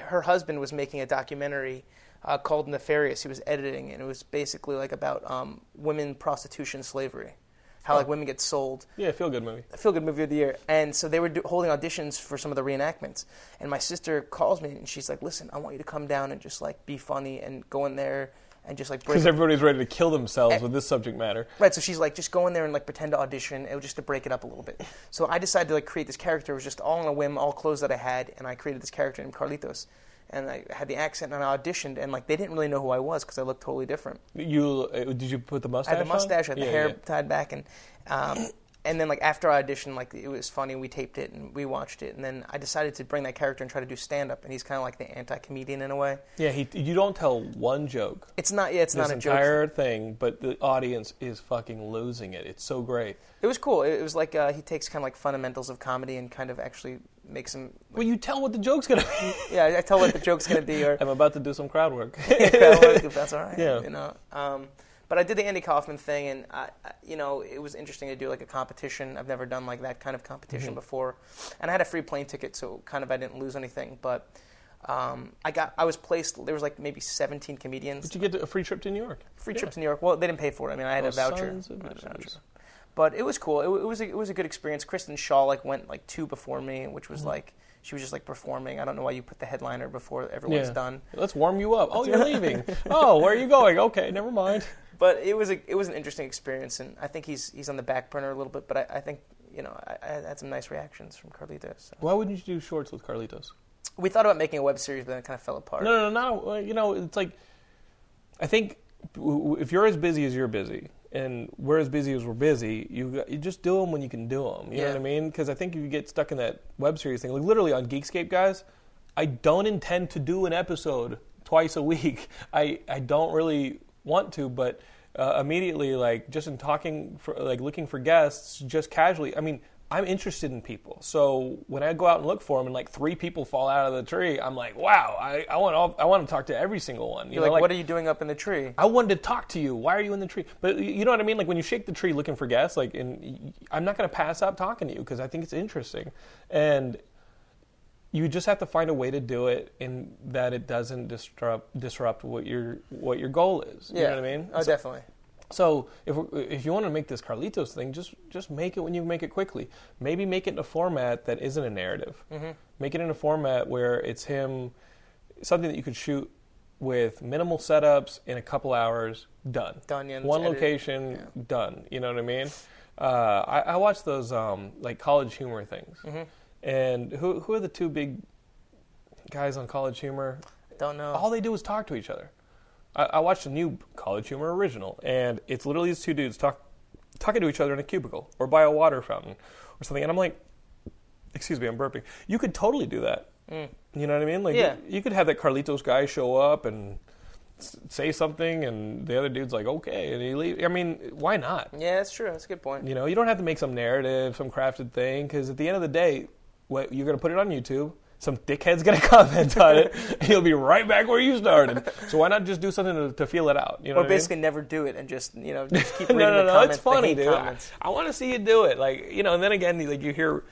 [SPEAKER 3] her husband was making a documentary uh, called Nefarious. He was editing, and it was basically like about um, women prostitution, slavery, how like women get sold
[SPEAKER 1] yeah, feel good movie.
[SPEAKER 3] feel good movie of the year. And so they were do- holding auditions for some of the reenactments. And my sister calls me and she's like, "Listen, I want you to come down and just like be funny and go in there and just like break."
[SPEAKER 1] Because everybody's ready to kill
[SPEAKER 3] Eh.
[SPEAKER 1] themselves with this subject matter.
[SPEAKER 3] Right, so she's like, just go in there and like pretend to audition, it was just to break it up a little bit. So I decided to like create this character. It was just all on a whim, all clothes that I had, and I created this character named Carlitos. And I had the accent, and I auditioned, and like they didn't really know who I was because I looked totally different.
[SPEAKER 1] You uh, Did you put the mustache
[SPEAKER 3] I had the mustache, I
[SPEAKER 1] on?
[SPEAKER 3] had the
[SPEAKER 1] Yeah,
[SPEAKER 3] hair
[SPEAKER 1] yeah.
[SPEAKER 3] tied back, and um, and then like after I auditioned, like it was funny. We taped it and we watched it, and then I decided to bring that character and try to do stand up. And he's kind of like the anti comedian in a way.
[SPEAKER 1] Yeah, he, you don't tell one joke.
[SPEAKER 3] It's not, yeah, it's
[SPEAKER 1] this
[SPEAKER 3] not a joke.
[SPEAKER 1] entire thing, but the audience is fucking losing it. It's so great.
[SPEAKER 3] It was cool. It, it was like uh, he takes kind of like fundamentals of comedy and kind of actually makes him.
[SPEAKER 1] Well, you tell what the joke's gonna be.
[SPEAKER 3] Yeah, I- I tell what the joke's gonna be, or
[SPEAKER 1] I'm about to do some crowd work.
[SPEAKER 3] if that's all right.
[SPEAKER 1] Yeah.
[SPEAKER 3] You know. Um, but I did the Andy Kaufman thing, and I, I, you know, it was interesting to do like a competition. I've never done like that kind of competition
[SPEAKER 1] Mm-hmm.
[SPEAKER 3] before, and I had a free plane ticket, so kind of I didn't lose anything. But um, I got, I was placed. There was like maybe 17 comedians.
[SPEAKER 1] Did you get a free trip to New York?
[SPEAKER 3] free trip to New York. Well, they didn't pay for it. I mean, I had
[SPEAKER 1] Oh,
[SPEAKER 3] a voucher.
[SPEAKER 1] sons of
[SPEAKER 3] I had a
[SPEAKER 1] bitches.
[SPEAKER 3] voucher. But it was cool. It, wa- it was a, it was a good experience. Kristen Shaw like went like two before me, which
[SPEAKER 1] Mm-hmm.
[SPEAKER 3] was like she was just like performing. I don't know why you put the headliner before everyone's done.
[SPEAKER 1] Let's warm you up. Oh, you're leaving. oh, where are you going? Okay, never mind.
[SPEAKER 3] but it was a, it was an interesting experience, and I think he's he's on the back burner a little bit. But I, I think you know I, I had some nice reactions from Carlitos. So.
[SPEAKER 1] Why wouldn't you do shorts with Carlitos?
[SPEAKER 3] We thought about making a web series, but then it kind of fell apart.
[SPEAKER 1] No, no, no. no. You know, it's like I think w- w- if you're as busy as you're busy, and we're as busy as we're busy, you got- you just do them when you can do them. You know what I
[SPEAKER 3] Yeah.
[SPEAKER 1] mean? Because I think if you get stuck in that web series thing, like literally on Geekscape, guys, I don't intend to do an episode twice a week. I I don't really want to, but. Uh, immediately, like just in talking, for, like looking for guests, just casually. I mean, I'm interested in people. So when I go out and look for them, and like three people fall out of the tree, I'm like, wow, I, I want all, I want to talk to every single one. You
[SPEAKER 3] You're
[SPEAKER 1] know,
[SPEAKER 3] like, what are you doing up in the tree?
[SPEAKER 1] I wanted to talk to you. Why are you in the tree? But y- you know what I mean? Like when you shake the tree looking for guests, like, and y- I'm not going to pass up talking to you because I think it's interesting. And you just have to find a way to do it in that it doesn't disrupt disrupt what your what your goal is. You know what I mean?
[SPEAKER 3] Oh,
[SPEAKER 1] So-
[SPEAKER 3] definitely.
[SPEAKER 1] so if if you want to make this Carlitos thing, just just make it when you make it quickly. Maybe make it in a format that isn't a narrative.
[SPEAKER 3] Mm-hmm.
[SPEAKER 1] Make it in a format where it's him, something that you could shoot with minimal setups in a couple hours. Done.
[SPEAKER 3] Done, yeah, and
[SPEAKER 1] One
[SPEAKER 3] it's edited.
[SPEAKER 1] location. Done. You know what I mean? Uh, I, I watch those um, like college
[SPEAKER 3] Mm-hmm.
[SPEAKER 1] humor things. And who who are the two big guys on College Humor?
[SPEAKER 3] Don't know.
[SPEAKER 1] all they do is talk to each other. I, I watched a new College Humor original, and it's literally these two dudes talk, talking to each other in a cubicle or by a water fountain or something. And I'm like, excuse me, I'm burping. You could totally do that. You know what I mean? Like,
[SPEAKER 3] Yeah.
[SPEAKER 1] you, you could have that Carlitos guy show up and s- say something, and the other dude's like, okay, and he leave. I mean, why not?
[SPEAKER 3] yeah, that's true. That's a good point.
[SPEAKER 1] You know, you don't have to make some narrative, some crafted thing, because at the end of the day, what, you're going to put it on YouTube. Some dickhead's going to comment on it, and you'll be right back where you started. So why not just do something to, to feel it out? You know,
[SPEAKER 3] Or
[SPEAKER 1] what I mean?
[SPEAKER 3] basically never do it and just you know just keep
[SPEAKER 1] no,
[SPEAKER 3] reading
[SPEAKER 1] no,
[SPEAKER 3] the
[SPEAKER 1] no,
[SPEAKER 3] comments.
[SPEAKER 1] it's funny,
[SPEAKER 3] the hate
[SPEAKER 1] dude.
[SPEAKER 3] Comments.
[SPEAKER 1] I, want to see you do it, like you know. And then again, you- like you hear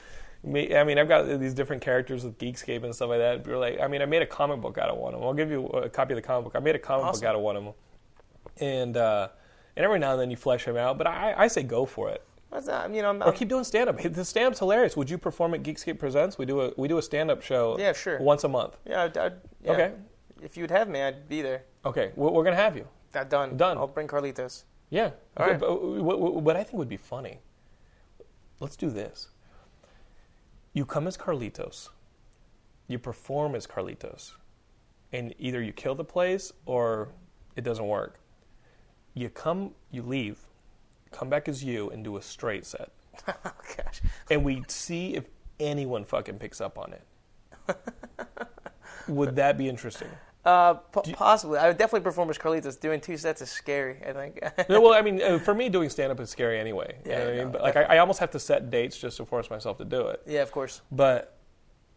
[SPEAKER 1] me. I mean, I've got these different characters with Geekscape and stuff like that. You're like, I mean, I made a comic book out of one of them. I'll give you a copy of the comic book. I made a comic book
[SPEAKER 3] Awesome.
[SPEAKER 1] out of one of them, and uh, and every now and then you flesh them out. But I, I say go for it.
[SPEAKER 3] That's not, you know, I'm,
[SPEAKER 1] Or keep doing stand up. The stand up's hilarious. Would you perform at Geekscape Presents? We do a we do a stand up show.
[SPEAKER 3] Yeah, sure.
[SPEAKER 1] Once a month.
[SPEAKER 3] yeah, I'd, I'd, yeah.
[SPEAKER 1] Okay.
[SPEAKER 3] If you'd have me, I'd be there.
[SPEAKER 1] Okay, we're, we're gonna have you.
[SPEAKER 3] Uh, done.
[SPEAKER 1] Done.
[SPEAKER 3] I'll bring Carlitos.
[SPEAKER 1] Yeah.
[SPEAKER 3] All right.
[SPEAKER 1] But uh, what, what- what I think would be funny. Let's do this. You come as Carlitos. You perform as Carlitos, and either you kill the place or it doesn't work. You come, you leave, come back as you, and do a straight set,
[SPEAKER 3] Oh gosh.
[SPEAKER 1] and we see if anyone fucking picks up on it. Would that be interesting?
[SPEAKER 3] Uh, po- possibly. I would definitely perform as Carlitos. Doing two sets is scary. I think.
[SPEAKER 1] No, well, I mean, uh, for me, doing stand up is scary anyway. You
[SPEAKER 3] Yeah,
[SPEAKER 1] know what I mean?
[SPEAKER 3] no,
[SPEAKER 1] but like, I, I almost have to set dates just to force myself to do it.
[SPEAKER 3] yeah, of course.
[SPEAKER 1] But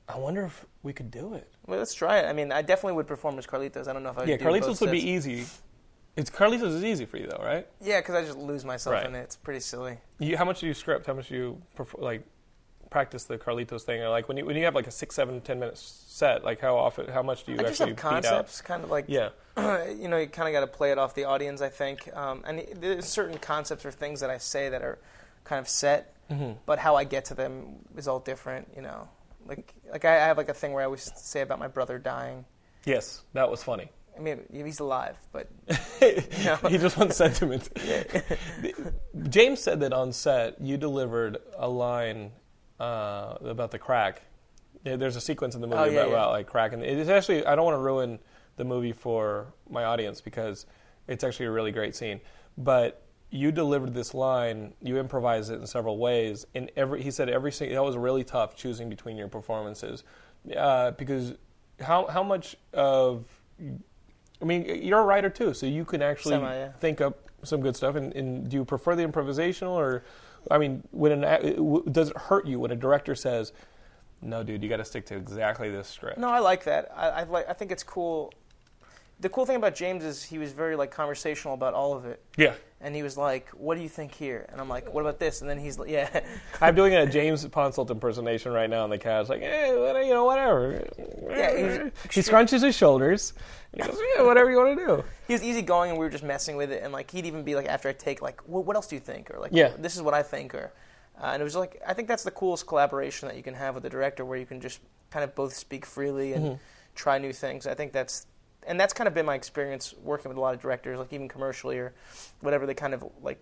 [SPEAKER 1] I wonder if we could do it.
[SPEAKER 3] Well, let's try it. I mean, I definitely would perform as Carlitos. I don't know if I.
[SPEAKER 1] Yeah,
[SPEAKER 3] do
[SPEAKER 1] Carlitos
[SPEAKER 3] both
[SPEAKER 1] would be
[SPEAKER 3] sets.
[SPEAKER 1] easy. It's Carlitos is easy for you though, right?
[SPEAKER 3] Yeah, because I just lose myself
[SPEAKER 1] Right.
[SPEAKER 3] in it. It's pretty silly.
[SPEAKER 1] You, how much do you script? How much do you perf- like practice the Carlitos thing? Or like when you when you have like a six, seven, ten minute set, like how often, how much do you
[SPEAKER 3] I just
[SPEAKER 1] actually
[SPEAKER 3] have
[SPEAKER 1] beat out?
[SPEAKER 3] concepts, kind of like
[SPEAKER 1] Yeah.
[SPEAKER 3] you know, you kind of got to play it off the audience, I think. Um, and it- there's certain concepts or things that I say that are kind of set,
[SPEAKER 1] Mm-hmm.
[SPEAKER 3] but how I get to them is all different. You know, like like I, I have like a thing where I always say about my brother dying.
[SPEAKER 1] Yes, that was funny.
[SPEAKER 3] I mean, he's alive, but
[SPEAKER 1] he just wants sentiment. James said that on set you delivered a line uh, about the crack. There- There's a sequence in the movie
[SPEAKER 3] Oh, yeah,
[SPEAKER 1] about,
[SPEAKER 3] yeah.
[SPEAKER 1] about, like crack, and it's actually I don't want to ruin the movie for my audience because it's actually a really great scene. But you delivered this line, you improvised it in several ways. In every, he said every single that was really tough choosing between your performances uh, because how how much of I mean, you're a writer too, so you can actually
[SPEAKER 3] Semi, yeah.
[SPEAKER 1] think up some good stuff. And, and do you prefer the improvisational, or, I mean, when an a- w- does it hurt you when a director says, "No, dude, you got to stick to exactly this script"?
[SPEAKER 3] No, I like that. I, I like. I think it's cool. The cool thing about James is he was very like conversational about all of it,
[SPEAKER 1] Yeah,
[SPEAKER 3] and he was like, "What do you think here?" And I'm like, "What about this?" And then he's like, "Yeah,
[SPEAKER 1] I'm doing a James Ponsult impersonation right now on the couch. Like, eh, what- you know, whatever.
[SPEAKER 3] Yeah, he was
[SPEAKER 1] he scrunches his shoulders. And he goes, "Yeah, whatever you want to do."
[SPEAKER 3] he was easygoing, and we were just messing with it. And like, he'd even be like, after I take, like, "Wh- "What else do you think?" Or like,
[SPEAKER 1] Yeah.
[SPEAKER 3] "This is what I think." Or, uh, and it was like, I think that's the coolest collaboration that you can have with a director, where you can just kind of both speak freely and
[SPEAKER 1] Mm-hmm.
[SPEAKER 3] try new things. I think that's. And that's kind of been my experience working with a lot of directors, like even commercially or whatever. They kind of like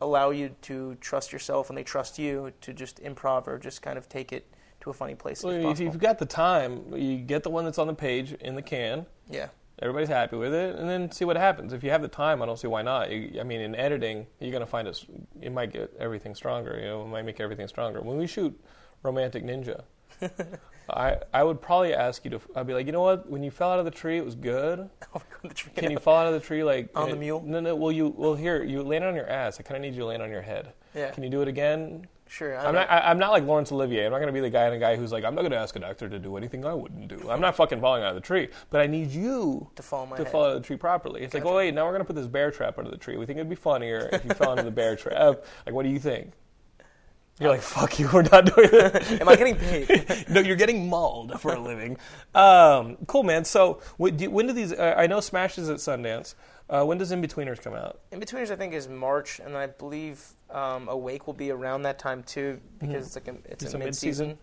[SPEAKER 3] allow you to trust yourself, and they trust you to just improv or just kind of take it to a funny place. if
[SPEAKER 1] If
[SPEAKER 3] possible.
[SPEAKER 1] you've got the time, you get the one that's on the page in the can.
[SPEAKER 3] yeah,
[SPEAKER 1] Everybody's happy with it, and then see what happens. If you have the time, I don't see why not. You, I mean, in editing, you're going to find it. It might get everything stronger. You know, it might make everything stronger. When we shoot Romantic Ninja, I I would probably ask you to. I'd be like, you know what? When you fell out of the tree, it was good.
[SPEAKER 3] oh my god, the tree.
[SPEAKER 1] Can you fall out of the tree like
[SPEAKER 3] On
[SPEAKER 1] uh,
[SPEAKER 3] the mule?
[SPEAKER 1] No, no. Well, you well here you land on your ass. I kind of need you to land on your head.
[SPEAKER 3] Yeah.
[SPEAKER 1] Can you do it again?
[SPEAKER 3] Sure, I
[SPEAKER 1] I'm
[SPEAKER 3] know.
[SPEAKER 1] not. I, I'm not like Laurence Olivier. I'm not going to be the guy and a guy who's like, I'm not going to ask an actor to do anything I wouldn't do. I'm not fucking falling out of the tree. But I need you
[SPEAKER 3] To fall on my
[SPEAKER 1] to
[SPEAKER 3] head.
[SPEAKER 1] fall out of the tree properly. It's like, oh wait, now we're going to put this bear trap under the tree. We think it'd be funnier if you fell into the bear trap. Like, what do you think? You're like, fuck you. We're not doing that.
[SPEAKER 3] Am I getting paid?
[SPEAKER 1] no, you're getting mauled for a living. Um, cool, man. So wh- do, when do these? Uh, I know Smash is at Sundance. Uh, when does In Betweeners come out?
[SPEAKER 3] In Betweeners, I think, is March, and I believe um, Awake will be around that time too, because it's like a, it's,
[SPEAKER 1] It's
[SPEAKER 3] a
[SPEAKER 1] a mid-season.
[SPEAKER 3] mid-season.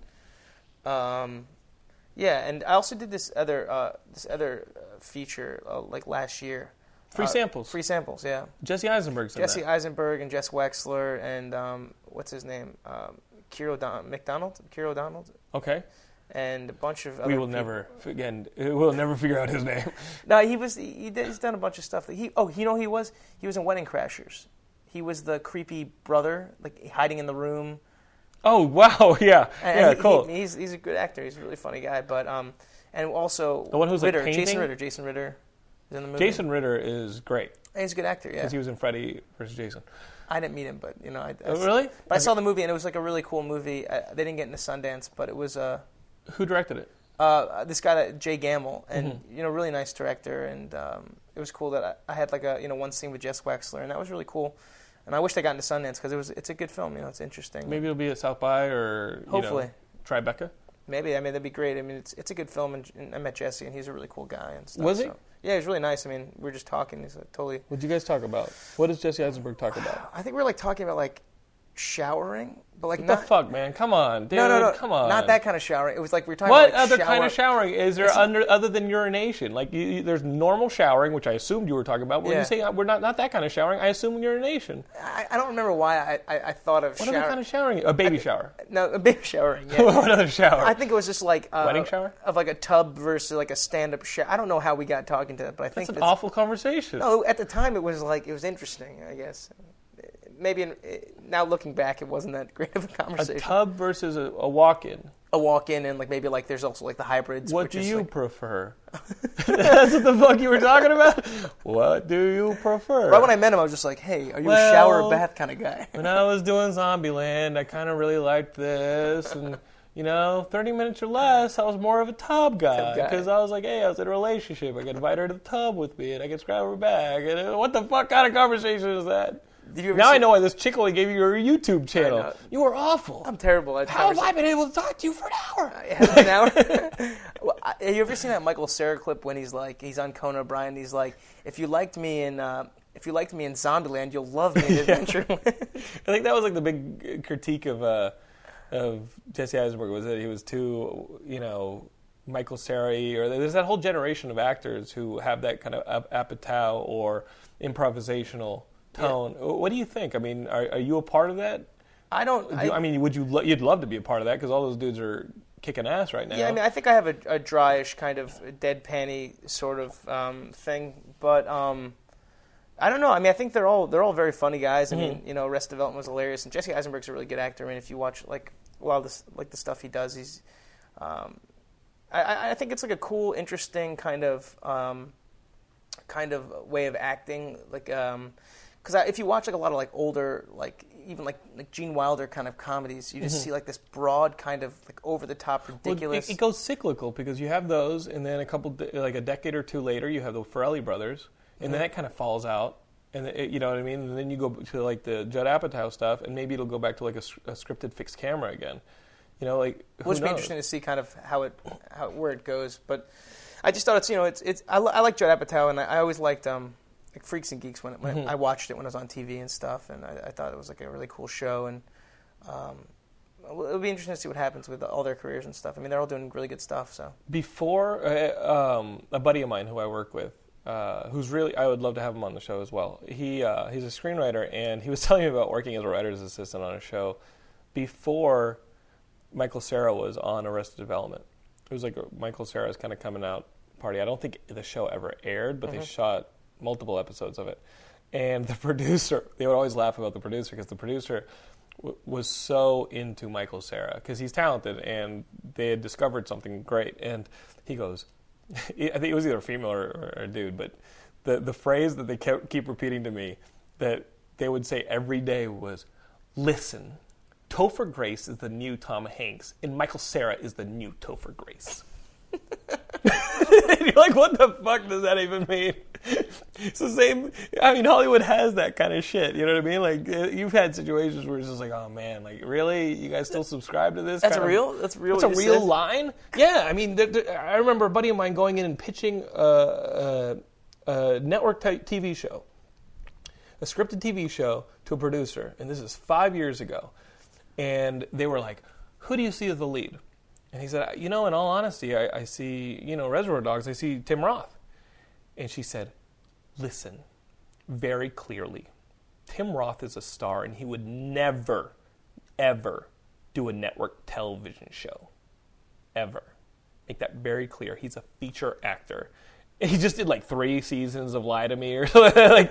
[SPEAKER 3] Um, yeah, and I also did this other uh, this other uh, feature uh, like last year.
[SPEAKER 1] Free
[SPEAKER 3] Uh,
[SPEAKER 1] samples.
[SPEAKER 3] Free samples. Yeah.
[SPEAKER 1] Jesse Eisenberg's in
[SPEAKER 3] Jesse
[SPEAKER 1] that.
[SPEAKER 3] Eisenberg and Jess Wexler and um, what's his name, um, Kiro Don- McDonald, Kiro Donald,
[SPEAKER 1] okay.
[SPEAKER 3] and a bunch of other
[SPEAKER 1] We will
[SPEAKER 3] people.
[SPEAKER 1] never again. We'll never figure out his name.
[SPEAKER 3] No, he was. He did, he's done a bunch of stuff. That he oh, you know who he was. He was in Wedding Crashers. He was the creepy brother, like hiding in the room.
[SPEAKER 1] Oh wow, yeah,
[SPEAKER 3] And
[SPEAKER 1] yeah,
[SPEAKER 3] he- he-
[SPEAKER 1] cool.
[SPEAKER 3] he's he's a good actor. He's a really funny guy. But um, and also
[SPEAKER 1] The one who's, like,
[SPEAKER 3] Ritter,
[SPEAKER 1] painting?
[SPEAKER 3] Jason Ritter. Jason Ritter is in the movie.
[SPEAKER 1] Jason Ritter is great
[SPEAKER 3] And he's a good actor. Yeah,
[SPEAKER 1] because he was in Freddy versus Jason.
[SPEAKER 3] I didn't meet him, but you know, I, I
[SPEAKER 1] Oh, really?
[SPEAKER 3] But I saw the movie, and it was like a really cool movie. I, they didn't get into Sundance, but it was uh,
[SPEAKER 1] Who directed it?
[SPEAKER 3] uh, this guy uh, Jay Gamble, and
[SPEAKER 1] Mm-hmm.
[SPEAKER 3] you know, really nice director, and um, it was cool that I, I had like a you know one scene with Jess Wexler, and that was really cool. And I wish they got into Sundance because it was it's a good film, you know, it's interesting.
[SPEAKER 1] Maybe it'll be at South by or you know,
[SPEAKER 3] Hopefully.
[SPEAKER 1] Tribeca.
[SPEAKER 3] Maybe, I mean that'd be great. I mean, it's it's a good film, and, and I met Jesse, and he's a really cool guy and stuff.
[SPEAKER 1] Was he?
[SPEAKER 3] so- Yeah, he's really nice. I mean, we were just talking. He's like, totally.
[SPEAKER 1] What did you guys talk about? What does Jesse Eisenberg talk about?
[SPEAKER 3] I think we were like talking about like showering, but like
[SPEAKER 1] What
[SPEAKER 3] not
[SPEAKER 1] the fuck, man? Come on, dude.
[SPEAKER 3] no no no
[SPEAKER 1] Come on.
[SPEAKER 3] not that kind of showering. It was like we were talking
[SPEAKER 1] What
[SPEAKER 3] about like,
[SPEAKER 1] other kind
[SPEAKER 3] shower-
[SPEAKER 1] of showering is there under other than urination? Like, you, you- there's normal showering, which I assumed you were talking about. When
[SPEAKER 3] Yeah.
[SPEAKER 1] you say uh, we're not not that kind of showering, I assume urination.
[SPEAKER 3] I, I don't remember why I, I, I thought of
[SPEAKER 1] What
[SPEAKER 3] shower.
[SPEAKER 1] other kind of showering? A baby shower.
[SPEAKER 3] no, a big showering. Yeah.
[SPEAKER 1] what other shower?
[SPEAKER 3] I think it was just like uh,
[SPEAKER 1] Wedding shower?
[SPEAKER 3] of like a tub versus like a stand-up shower. I don't know how we got talking to that, but I think
[SPEAKER 1] That's an
[SPEAKER 3] that's-
[SPEAKER 1] awful conversation.
[SPEAKER 3] No, at the time it was like it was interesting. I guess maybe in, now looking back, it wasn't that great of a
[SPEAKER 1] a
[SPEAKER 3] conversation.
[SPEAKER 1] tub versus a, a walk-in.
[SPEAKER 3] A walk-in and like maybe like there's also like the hybrids.
[SPEAKER 1] What
[SPEAKER 3] which
[SPEAKER 1] do
[SPEAKER 3] is,
[SPEAKER 1] you
[SPEAKER 3] like-
[SPEAKER 1] prefer? That's what the fuck you were talking about. What do you prefer?
[SPEAKER 3] right when I met him, I was just like, "Hey, are you
[SPEAKER 1] Well-
[SPEAKER 3] a shower or bath kind of guy?"
[SPEAKER 1] when I was doing Zombieland, I kind of really liked this, and you know, 30 minutes or less, I was more of a tub guy
[SPEAKER 3] guy.
[SPEAKER 1] because I was like, hey, I was in a relationship. I could invite her to the tub with me, and I could scrub her back. And uh, what the fuck kind of conversation is that?
[SPEAKER 3] Did you ever
[SPEAKER 1] Now
[SPEAKER 3] see-
[SPEAKER 1] I know why this chick only gave you your YouTube channel.
[SPEAKER 3] know.
[SPEAKER 1] You were awful.
[SPEAKER 3] I'm terrible. At
[SPEAKER 1] How have
[SPEAKER 3] conversa-
[SPEAKER 1] I been able to talk to you for an hour?
[SPEAKER 3] an hour. well, I- have you ever seen that Michael Cera clip when he's like, he's on Conan O'Brien, and he's like, if you liked me in, uh, if you liked me in Zombieland, you'll love me in Adventureland.
[SPEAKER 1] I think that was like the big critique of uh, of Jesse Eisenberg was that he was too, you know, Michael Ceri, or there's that whole generation of actors who have that kind of ap- apatow or improvisational tone. What do you think? I mean, are, are you a part of that?
[SPEAKER 3] I don't.
[SPEAKER 1] Do you- I, mean, would you? Lo- you'd love to be a part of that because all those dudes are kicking ass right now.
[SPEAKER 3] yeah, I mean, I think I have a, a dryish kind of deadpanny sort of um, thing, but um, I don't know. I mean, I think they're all they're all very funny guys. I
[SPEAKER 1] Mm-hmm.
[SPEAKER 3] mean, you know, Rest Development was hilarious, and Jesse Eisenberg's a really good actor. I mean, if you watch like a lot of this, like the stuff he does, he's. Um, I- I, I think it's like a cool, interesting kind of um, kind of way of acting, like because I if you watch like a lot of like older, like even like like Gene Wilder kind of comedies, you just see like this broad kind of like over the top,
[SPEAKER 1] Mm-hmm. Well,
[SPEAKER 3] ridiculous.
[SPEAKER 1] it, it goes cyclical because you have those, and then a couple, de- like a decade or two later, you have the Farrelly brothers, and then that kind of falls out, and it, you know what I mean. And then you go to like the Judd Apatow stuff, and maybe it'll go back to like a, s- a scripted fixed camera again. You know, like who
[SPEAKER 3] Which would be
[SPEAKER 1] knows?
[SPEAKER 3] interesting to see kind of how it how where it goes. But I just thought it's you know it's it's I, li- I like Judd Apatow and I, I always liked um like Freaks and Geeks when, it, when I watched it when I was on TV and stuff and I, I thought it was like a really cool show and um it'll be interesting to see what happens with all their careers and stuff. I mean they're all doing really good stuff so
[SPEAKER 1] before uh, um, a buddy of mine who I work with, uh, who's really I would love to have him on the show as well. He uh, he's a screenwriter, and he was telling me about working as a writer's assistant on a show before Michael Sarah was on Arrested Development. It was like a Michael Sarah's kind of coming out party. I don't think the show ever aired, but they shot multiple episodes of it. And the producer, they would always laugh about the producer because the producer w- was so into Michael Sarah because he's talented and they had discovered something great. And he goes, I think it was either a female or, or, or a dude, but the, the phrase that they kept, keep repeating to me that they would say every day was, listen. Topher Grace is the new Tom Hanks, and Michael Sarah is the new Topher Grace. And you're like, what the fuck does that even mean? It's the same. I mean, Hollywood has that kind of shit. You know what I mean? Like, uh, you've had situations where it's just like, oh man, like really, you guys still subscribe to this?
[SPEAKER 3] That's
[SPEAKER 1] kind
[SPEAKER 3] real? That's real
[SPEAKER 1] That's a
[SPEAKER 3] what you
[SPEAKER 1] real
[SPEAKER 3] said?
[SPEAKER 1] line. Yeah, I mean, th- th- I remember a buddy of mine going in and pitching a, a, a network type TV show a scripted TV show to a producer, and this is five years ago. And they were like, "Who do you see as the lead?" And he said, "You know, in all honesty, I, I see you know Reservoir Dogs. I see Tim Roth." And she said, "Listen, very clearly, Tim Roth is a star, and he would never, ever do a network television show." ever. Make that very clear. He's a feature actor. He just did like three seasons of Lie to Me or something. like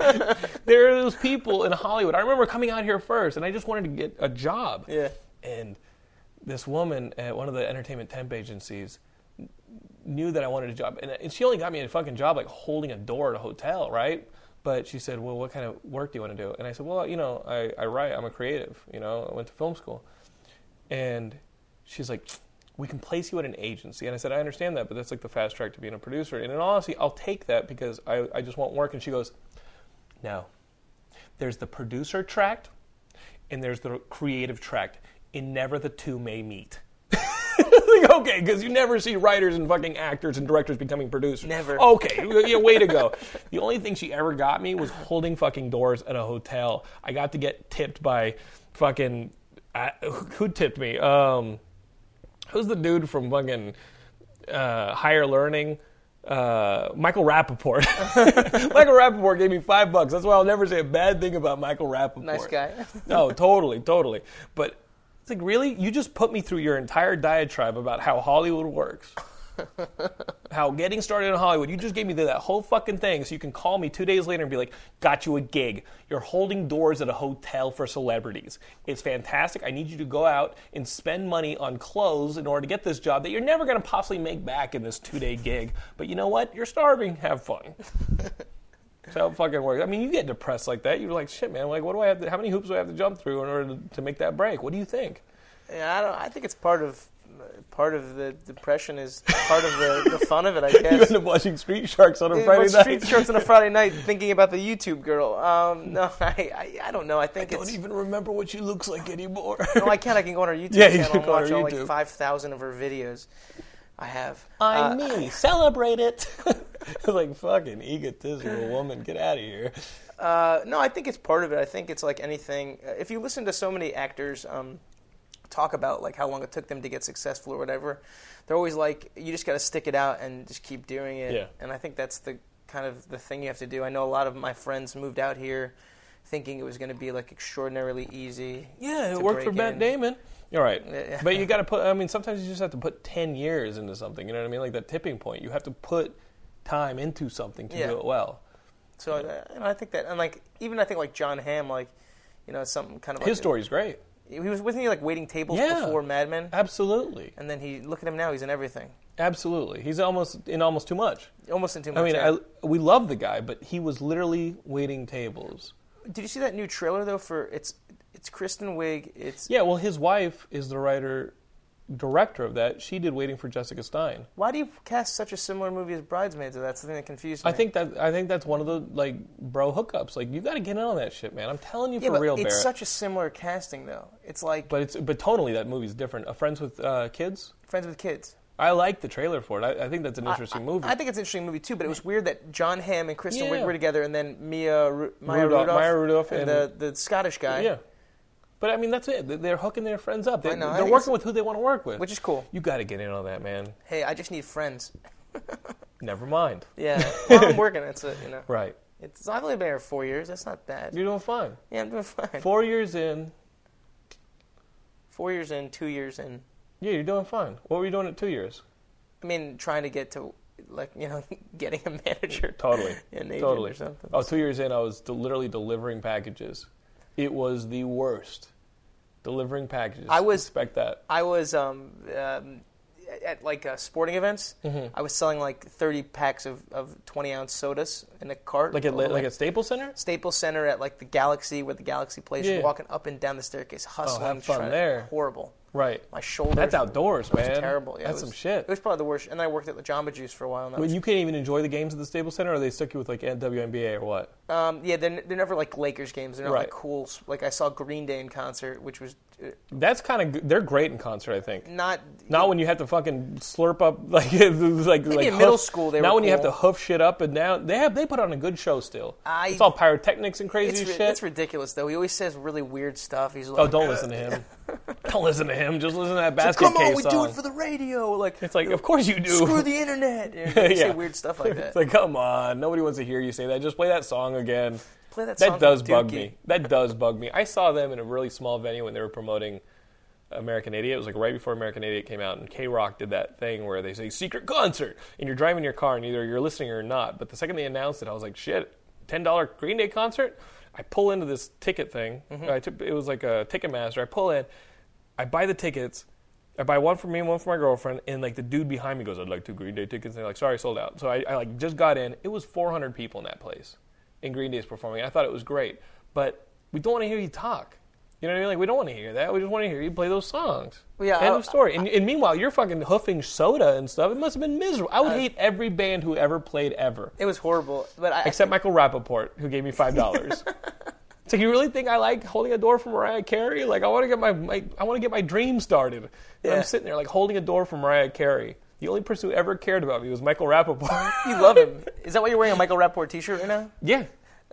[SPEAKER 1] there are those people in Hollywood. I remember coming out here first, and I just wanted to get a job.
[SPEAKER 3] Yeah.
[SPEAKER 1] And this woman at one of the entertainment temp agencies knew that I wanted a job, and, uh, and she only got me a fucking job like holding a door at a hotel, right? But she said, "Well, what kind of work do you want to do?" And I said, "Well, you know, I, I write. I'm a creative. You know, I went to film school." And she's like, "We can place you at an agency." And I said, "I understand that, but that's like the fast track to being a producer." And in all honesty, I'll take that because I I just want work. And she goes, "No, there's the producer tract, and there's the creative tract, and never the two may meet." like, okay, because you never see writers and fucking actors and directors becoming producers.
[SPEAKER 3] Never.
[SPEAKER 1] Okay, yeah, way to go. The only thing she ever got me was holding fucking doors at a hotel. I got to get tipped by fucking. I, who tipped me? Um, who's the dude from fucking uh, Higher Learning? Uh, Michael Rappaport. Michael Rappaport gave me five bucks. That's why I'll never say a bad thing about Michael Rappaport.
[SPEAKER 3] Nice guy.
[SPEAKER 1] no, totally, totally. But it's like, really? You just put me through your entire diatribe about how Hollywood works. how getting started in Hollywood, you just gave me that whole fucking thing so you can call me two days later and be like, got you a gig. You're holding doors at a hotel for celebrities. It's fantastic. I need you to go out and spend money on clothes in order to get this job that you're never going to possibly make back in this two day gig. But you know what? You're starving. Have fun. That's how it fucking works. I mean, you get depressed like that. You're like, shit, man. Like, what do I have? To, how many hoops do I have to jump through in order to, to make that break? What do you think?
[SPEAKER 3] Yeah, I don't. I think it's part of part of the depression is part of the, the fun of it. I guess.
[SPEAKER 1] You end up watching Street Sharks on a
[SPEAKER 3] Yeah,
[SPEAKER 1] Friday
[SPEAKER 3] watch
[SPEAKER 1] night.
[SPEAKER 3] Street Sharks on a Friday night, thinking about the YouTube girl. Um, no, I, I, I don't know. I think
[SPEAKER 1] Don't
[SPEAKER 3] it's.
[SPEAKER 1] even remember what she looks like anymore.
[SPEAKER 3] no, I can't. I can go on her YouTube
[SPEAKER 1] Yeah, you
[SPEAKER 3] channel
[SPEAKER 1] can
[SPEAKER 3] and
[SPEAKER 1] go on
[SPEAKER 3] watch
[SPEAKER 1] her
[SPEAKER 3] all
[SPEAKER 1] YouTube.
[SPEAKER 3] like five thousand of her videos. I have.
[SPEAKER 1] I'm
[SPEAKER 3] Uh,
[SPEAKER 1] me. Celebrate it. like fucking egotistical woman, get out of here.
[SPEAKER 3] Uh, no, I think it's part of it. I think it's like anything. uh, If you listen to so many actors um, talk about like how long it took them to get successful or whatever, they're always like, you just got to stick it out and just keep doing it.
[SPEAKER 1] Yeah.
[SPEAKER 3] And I think that's the kind of the thing you have to do. I know a lot of my friends moved out here thinking it was going to be like extraordinarily easy.
[SPEAKER 1] Yeah, it
[SPEAKER 3] to
[SPEAKER 1] worked for
[SPEAKER 3] break
[SPEAKER 1] Matt
[SPEAKER 3] in.
[SPEAKER 1] Damon. All right,
[SPEAKER 3] Yeah.
[SPEAKER 1] but you got to put. I mean, sometimes you just have to put ten years into something. You know what I mean? Like that tipping point. You have to put time into something to
[SPEAKER 3] Yeah.
[SPEAKER 1] do it well.
[SPEAKER 3] So uh, and I think that and like even I think like John Hamm like. You know, something kind of
[SPEAKER 1] His
[SPEAKER 3] like,
[SPEAKER 1] story's great.
[SPEAKER 3] He was wasn't he like waiting tables
[SPEAKER 1] Yeah.
[SPEAKER 3] before Mad Men,
[SPEAKER 1] Absolutely,
[SPEAKER 3] and then he look at him now. He's in everything,
[SPEAKER 1] absolutely. He's almost in almost too much.
[SPEAKER 3] almost in too much.
[SPEAKER 1] I mean,
[SPEAKER 3] yeah.
[SPEAKER 1] I, we love the guy, but he was literally waiting tables.
[SPEAKER 3] Did you see that new trailer though? For it's it's Kristen Wiig. It's
[SPEAKER 1] Yeah, well, his wife is the writer, director of that. She did Waiting for Jessica Stein.
[SPEAKER 3] why do you cast such a similar movie as Bridesmaids? though? That's the thing that confused me.
[SPEAKER 1] I think that I think that's one of the like bro hookups. Like you got to get in on that shit, man. I'm telling you
[SPEAKER 3] yeah,
[SPEAKER 1] for
[SPEAKER 3] but
[SPEAKER 1] real,
[SPEAKER 3] it's
[SPEAKER 1] Barrett.
[SPEAKER 3] such a similar casting though. It's like
[SPEAKER 1] but it's but tonally that movie's different. A Friends with uh, Kids.
[SPEAKER 3] Friends with Kids.
[SPEAKER 1] I like the trailer for it. I, I think that's an interesting movie.
[SPEAKER 3] I think it's an interesting movie too, but it was weird that John Hamm and Kristen
[SPEAKER 1] Yeah.
[SPEAKER 3] Wiig were together, and then Mia Ru- Maya
[SPEAKER 1] Rudolph-
[SPEAKER 3] Rudolph,
[SPEAKER 1] Maya Rudolph
[SPEAKER 3] and,
[SPEAKER 1] and-
[SPEAKER 3] the the Scottish guy.
[SPEAKER 1] yeah. But I mean, that's it. They- They're hooking their friends up. They,
[SPEAKER 3] I know. I
[SPEAKER 1] they're
[SPEAKER 3] think
[SPEAKER 1] working
[SPEAKER 3] it's-
[SPEAKER 1] with who they want to work with,
[SPEAKER 3] which is cool.
[SPEAKER 1] You got to get in on that, man.
[SPEAKER 3] Hey, I just need friends.
[SPEAKER 1] Never mind.
[SPEAKER 3] Yeah, while I'm working, that's it. You know,
[SPEAKER 1] Right.
[SPEAKER 3] it's I've only been here four years. That's not bad.
[SPEAKER 1] You're doing fine.
[SPEAKER 3] yeah, I'm doing fine. Four,
[SPEAKER 1] Four years in,
[SPEAKER 3] years in, two years in.
[SPEAKER 1] Yeah, you're doing fine. What were you doing at two years?
[SPEAKER 3] I mean, trying to get to like you know getting a manager.
[SPEAKER 1] Totally.
[SPEAKER 3] an agent
[SPEAKER 1] totally.
[SPEAKER 3] or something.
[SPEAKER 1] Oh, two years in, I was del- literally delivering packages. It was the worst. Delivering packages.
[SPEAKER 3] I was-
[SPEAKER 1] expect that.
[SPEAKER 3] I was um, um, at- at like uh, sporting events.
[SPEAKER 1] Mm-hmm.
[SPEAKER 3] I was selling like 30 packs of, of 20 ounce sodas in a cart.
[SPEAKER 1] Like at
[SPEAKER 3] over,
[SPEAKER 1] like at Staples Center.
[SPEAKER 3] Staples Center at like the Galaxy where the Galaxy plays.
[SPEAKER 1] Yeah. Oh,
[SPEAKER 3] Walking up and down the staircase, hustling.
[SPEAKER 1] fun
[SPEAKER 3] trying-
[SPEAKER 1] there.
[SPEAKER 3] Horrible.
[SPEAKER 1] Right.
[SPEAKER 3] My shoulders.
[SPEAKER 1] That's outdoors,
[SPEAKER 3] it was
[SPEAKER 1] man.
[SPEAKER 3] Terrible. Yeah, it
[SPEAKER 1] That's
[SPEAKER 3] was-
[SPEAKER 1] some shit.
[SPEAKER 3] It was probably the worst. And then I worked at the Jamba Juice for a while. And that
[SPEAKER 1] But
[SPEAKER 3] was,
[SPEAKER 1] you can't even enjoy the games at the Staples Center, or they stuck you with like WNBA or what?
[SPEAKER 3] um, yeah, they're, they're never like Lakers games. They're not
[SPEAKER 1] Right.
[SPEAKER 3] like cool. s- Like I saw Green Day in concert, which was uh,
[SPEAKER 1] That's kind of they're great in concert, I think.
[SPEAKER 3] not
[SPEAKER 1] Not when you have to fucking slurp up like it was like like
[SPEAKER 3] in middle
[SPEAKER 1] hoof-
[SPEAKER 3] school they
[SPEAKER 1] Not
[SPEAKER 3] were
[SPEAKER 1] when you have to
[SPEAKER 3] cool.
[SPEAKER 1] hoof shit up and down. They have they put on a good show still.
[SPEAKER 3] I-
[SPEAKER 1] it's all pyrotechnics and crazy
[SPEAKER 3] It's, ri-
[SPEAKER 1] shit.
[SPEAKER 3] it's ridiculous though. He always says really weird stuff. He's like,
[SPEAKER 1] Oh, don't listen to him. don't listen to him. Just listen to that basket
[SPEAKER 3] Come
[SPEAKER 1] case
[SPEAKER 3] on, we do
[SPEAKER 1] song.
[SPEAKER 3] it for the radio. Like,
[SPEAKER 1] it's like, of course you do.
[SPEAKER 3] screw the internet. You know, they
[SPEAKER 1] Yeah.
[SPEAKER 3] say weird stuff like that.
[SPEAKER 1] It's like, come on. Nobody wants to hear you say that. Just play that song again.
[SPEAKER 3] Play that
[SPEAKER 1] That
[SPEAKER 3] song
[SPEAKER 1] does
[SPEAKER 3] from
[SPEAKER 1] bug
[SPEAKER 3] Dookie.
[SPEAKER 1] me. That does bug me. I saw them in a really small venue when they were promoting American Idiot. It was like right before American Idiot came out, and K Rock did that thing where they say secret concert, and you're driving your car, and either you're listening or not. But the second they announced it, I was like, shit, ten dollar Green Day concert. I pull into this ticket thing.
[SPEAKER 3] Mm-hmm.
[SPEAKER 1] I took, it was like a Ticketmaster. I pull in, I buy the tickets. I buy one for me and one for my girlfriend, and like the dude behind me goes, "I'd like two Green Day tickets." And they're like, "Sorry, sold out." So I, I like just got in. It was 400 people in that place, and Green Day's performing. I thought it was great, but we don't want to hear you talk. You know what I mean? Like we don't want to hear that. We just want to hear you play those songs.
[SPEAKER 3] Well, yeah,
[SPEAKER 1] End
[SPEAKER 3] I-
[SPEAKER 1] of story. and, and meanwhile, you're fucking hoofing soda and stuff. It must have been miserable. I would hate every band who ever played ever,
[SPEAKER 3] It was horrible, but I,
[SPEAKER 1] except Michael Rappaport, who gave me five dollars. It's like you really think I like holding a door for Mariah Carey? Like I want to get my, my I want to get my dream started. And
[SPEAKER 3] Yeah.
[SPEAKER 1] I'm sitting there like holding a door for Mariah Carey. The only person who ever cared about me was Michael Rappaport.
[SPEAKER 3] I-
[SPEAKER 1] yeah,
[SPEAKER 3] you love him. Is that why you're wearing a Michael Rapport T-shirt right now?
[SPEAKER 1] yeah,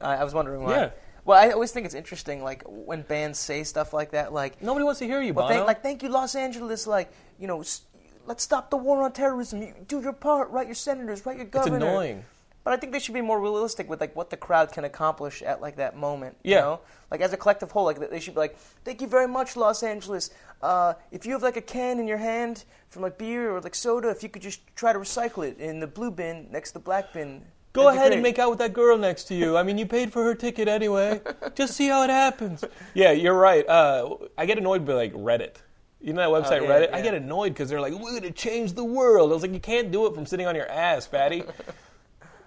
[SPEAKER 3] I I was wondering why.
[SPEAKER 1] Yeah.
[SPEAKER 3] Well, I always think it's interesting, like when bands say stuff like that, like
[SPEAKER 1] nobody wants to hear you,
[SPEAKER 3] well,
[SPEAKER 1] Bono.
[SPEAKER 3] thank, like thank you, Los Angeles, like you know, s- let's stop the war on terrorism. You, do your part, write your senators, write your governor.
[SPEAKER 1] annoying.
[SPEAKER 3] But I think they should be more realistic with like what the crowd can accomplish at like that moment. You
[SPEAKER 1] Yeah.
[SPEAKER 3] know? Like as a collective whole, like they should be like, thank you very much, Los Angeles. Uh, if you have like a can in your hand from like beer or like soda, if you could just try to recycle it in the blue bin next to the black bin.
[SPEAKER 1] Go
[SPEAKER 3] that'd be
[SPEAKER 1] ahead and
[SPEAKER 3] great."
[SPEAKER 1] make out with that girl next to you. I mean, you paid for her ticket anyway. Just see how it happens. Yeah, you're right. Uh, I get annoyed by like Reddit. You know that website
[SPEAKER 3] Oh, yeah,
[SPEAKER 1] Reddit?
[SPEAKER 3] yeah.
[SPEAKER 1] I get annoyed because they're like, "We're gonna change the world." I was like, "You can't do it from sitting on your ass, fatty."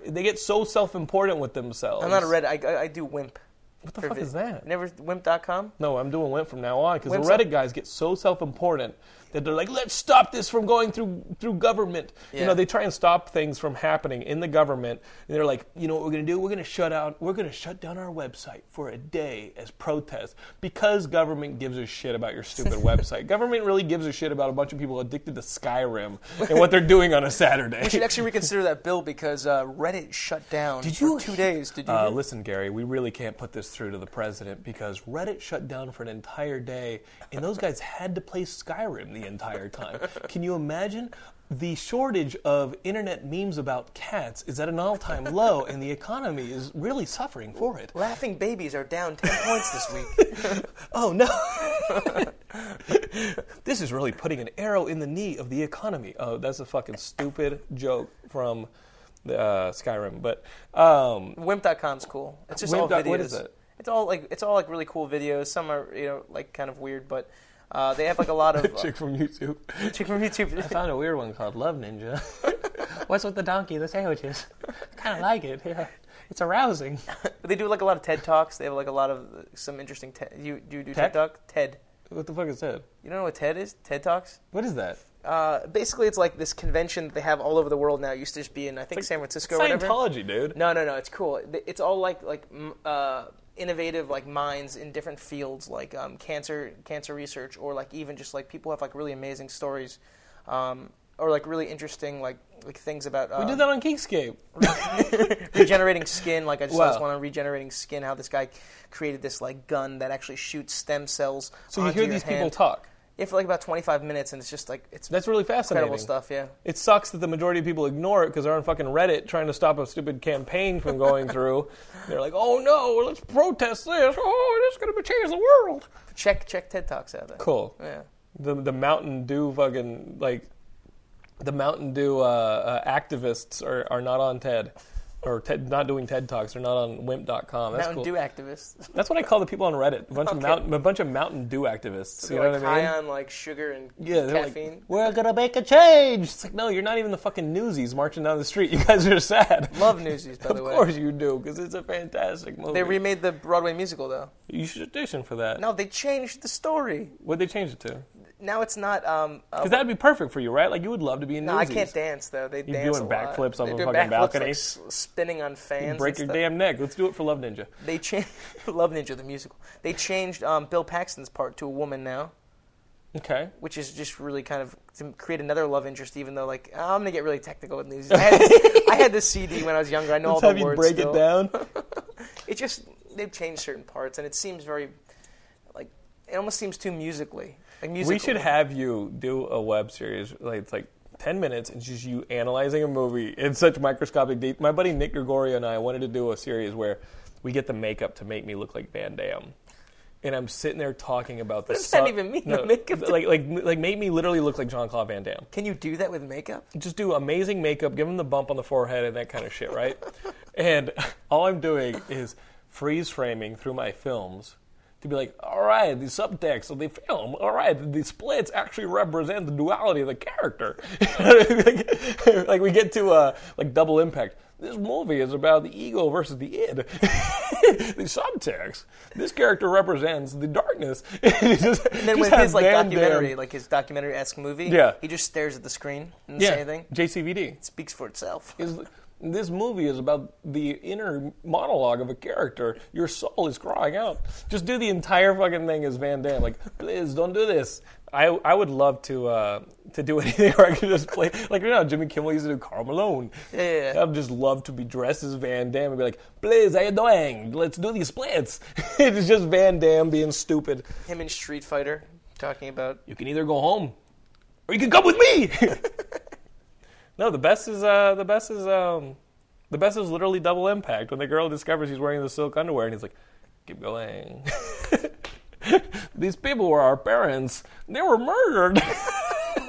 [SPEAKER 1] they get so self-important with themselves.
[SPEAKER 3] I'm not a red. I, I, I do Wimp. What
[SPEAKER 1] the fuck is that?
[SPEAKER 3] Never Wimp.com.
[SPEAKER 1] No, I'm doing Wimp from now on because the
[SPEAKER 3] Wimp's not-
[SPEAKER 1] Reddit guys get so self-important that they're like, "Let's stop this from going through through government."
[SPEAKER 3] Yeah.
[SPEAKER 1] You know, they try and stop things from happening in the government, and they're like, "You know what we're going to do? We're going to shut out. We're going to shut down our website for a day as protest because government gives a shit about your stupid website. Government really gives a shit about a bunch of people addicted to Skyrim and what they're doing on a Saturday."
[SPEAKER 3] You should actually reconsider that bill because uh, Reddit shut down
[SPEAKER 1] Did
[SPEAKER 3] for
[SPEAKER 1] you
[SPEAKER 3] two
[SPEAKER 1] he-
[SPEAKER 3] days. Did you?
[SPEAKER 1] Uh,
[SPEAKER 3] hear?
[SPEAKER 1] listen, Gary, we really can't put this through to the president because Reddit shut down for an entire day, and those guys had to play Skyrim the entire time. Can you imagine? The shortage of internet memes about cats is at an all-time low, and the economy is really suffering for it.
[SPEAKER 3] Laughing babies are down ten points this week.
[SPEAKER 1] Oh no! this is really putting an arrow in the knee of the economy. Oh, that's a fucking stupid joke from the, uh, Skyrim. But um,
[SPEAKER 3] Wimp.com's cool. It's just all
[SPEAKER 1] Wimp dot-
[SPEAKER 3] videos.
[SPEAKER 1] what is it?
[SPEAKER 3] It's all like it's all like really cool videos. Some are you know like kind of weird, but uh, they have like a lot of uh,
[SPEAKER 1] chick from YouTube.
[SPEAKER 3] chick from YouTube.
[SPEAKER 4] I found a weird one called Love Ninja. What's with the donkey and the sandwiches? I kind of like it. Yeah. It's arousing.
[SPEAKER 3] But they do like a lot of TED talks. They have like a lot of uh, some interesting. Te- you do you do
[SPEAKER 1] Tech?
[SPEAKER 3] TED talk? TED.
[SPEAKER 1] What the fuck is that?
[SPEAKER 3] You don't know what TED is? TED talks.
[SPEAKER 1] What is that?
[SPEAKER 3] Uh, basically, it's like this convention that they have all over the world now. It used to just be in I think San Francisco. or whatever.
[SPEAKER 1] Scientology, dude.
[SPEAKER 3] No, no, no. It's cool. It- It's all like like m- uh, innovative like minds in different fields, like um, cancer cancer research, or like even just like people have like really amazing stories, um, or like really interesting like like things about um,
[SPEAKER 1] We did that on Kingscape.
[SPEAKER 3] regenerating skin. Like I just saw this
[SPEAKER 1] Wow.
[SPEAKER 3] one on regenerating skin, how this guy created this like gun that actually shoots stem cells.
[SPEAKER 1] So you
[SPEAKER 3] onto
[SPEAKER 1] hear
[SPEAKER 3] your
[SPEAKER 1] these people
[SPEAKER 3] hand.
[SPEAKER 1] talk.
[SPEAKER 3] Yeah, for like about 25 minutes, and it's just like it's
[SPEAKER 1] That's really fascinating.
[SPEAKER 3] incredible stuff. Yeah.
[SPEAKER 1] It sucks that the majority of people ignore it because they're on fucking Reddit trying to stop a stupid campaign from going through. they're like, oh no, let's protest this. Oh, this is going to change the world.
[SPEAKER 3] Check check TED talks out there.
[SPEAKER 1] Cool.
[SPEAKER 3] Yeah.
[SPEAKER 1] The, the Mountain Dew fucking, like, the Mountain Dew uh, uh, activists are, are not on TED. Or TED, not doing TED Talks. They're not on wimp.com. That's
[SPEAKER 3] Mountain
[SPEAKER 1] cool.
[SPEAKER 3] Dew activists.
[SPEAKER 1] That's what I call the people on Reddit. A bunch, of,
[SPEAKER 3] Okay.
[SPEAKER 1] mountain, a bunch of Mountain Dew activists. You
[SPEAKER 3] They're,
[SPEAKER 1] know
[SPEAKER 3] like
[SPEAKER 1] what I mean?
[SPEAKER 3] high on like sugar and
[SPEAKER 1] Yeah, they're
[SPEAKER 3] caffeine.
[SPEAKER 1] like, we're gonna make a change. It's like, no, you're not even the fucking newsies marching down the street. You guys are sad.
[SPEAKER 3] Love Newsies, by
[SPEAKER 1] of
[SPEAKER 3] the way.
[SPEAKER 1] course you do, because it's a fantastic movie.
[SPEAKER 3] They remade the Broadway musical though.
[SPEAKER 1] you should audition for that.
[SPEAKER 3] No, they changed the story.
[SPEAKER 1] What'd they change it to? Because
[SPEAKER 3] Now it's not. Um, uh,
[SPEAKER 1] that'd be perfect for you, right? Like you would love to be in
[SPEAKER 3] no, I
[SPEAKER 1] newsies.
[SPEAKER 3] can't dance though. They
[SPEAKER 1] You're
[SPEAKER 3] dance
[SPEAKER 1] doing
[SPEAKER 3] a lot.
[SPEAKER 1] backflips off
[SPEAKER 3] They
[SPEAKER 1] a
[SPEAKER 3] do
[SPEAKER 1] fucking
[SPEAKER 3] backflips,
[SPEAKER 1] balcony.
[SPEAKER 3] like, s- spinning on fans.
[SPEAKER 1] Break your
[SPEAKER 3] and stuff.
[SPEAKER 1] damn neck. Let's do it for Love Ninja.
[SPEAKER 3] They changed Love Ninja the musical. They changed um, Bill Paxton's part to a woman now,
[SPEAKER 1] Okay.
[SPEAKER 3] which is just really kind of to create another love interest. Even though, like, I'm gonna get really technical with Newsies. I had this, I had this CD when I was younger. I know
[SPEAKER 1] Let's
[SPEAKER 3] all
[SPEAKER 1] have
[SPEAKER 3] the
[SPEAKER 1] you
[SPEAKER 3] words.
[SPEAKER 1] break
[SPEAKER 3] still.
[SPEAKER 1] it down.
[SPEAKER 3] it just they've changed certain parts, and it seems very like it almost seems too musically. Like musical.
[SPEAKER 1] we should have you do a web series. Like it's like. 10 minutes and just you analyzing a movie in such microscopic deep. My buddy Nick Gregorio and I wanted to do a series where we get the makeup to make me look like Van Damme. and I'm sitting there talking about this.
[SPEAKER 3] does that even mean, the makeup
[SPEAKER 1] like like like made me literally look like John Claude Van Damme.
[SPEAKER 3] Can you do that with makeup?
[SPEAKER 1] Just do amazing makeup, give him the bump on the forehead and that kind of shit, right? and all I'm doing is freeze framing through my films to be like, all right, the subtext of the film, all right, the splits actually represent the duality of the character. like, like we get to uh, like Double Impact. This movie is about the ego versus the id. the subtext. This character represents the darkness. and
[SPEAKER 3] And
[SPEAKER 1] then
[SPEAKER 3] then with his like documentary, like his documentary-esque movie,
[SPEAKER 1] Yeah.
[SPEAKER 3] he just stares at the screen and
[SPEAKER 1] yeah,
[SPEAKER 3] say anything.
[SPEAKER 1] JCVD.
[SPEAKER 3] Speaks for itself.
[SPEAKER 1] is this movie is about the inner monologue of a character. Your soul is crying out. Just do the entire fucking thing as Van Damme. Like, please don't do this. I, I would love to uh, to do anything where I could just play like you know Jimmy Kimmel used to do Carl Malone.
[SPEAKER 3] yeah, yeah.
[SPEAKER 1] I'd just love to be dressed as Van Damme and be like, please, how you doing? Let's do these splits. it's just Van Damme being stupid.
[SPEAKER 3] Him in Street Fighter talking about
[SPEAKER 1] You can either go home or you can come with me. no, the best is uh, the best is um, the best is literally double impact when the girl discovers he's wearing the silk underwear and he's like, "Keep going." These people were our parents. They were murdered.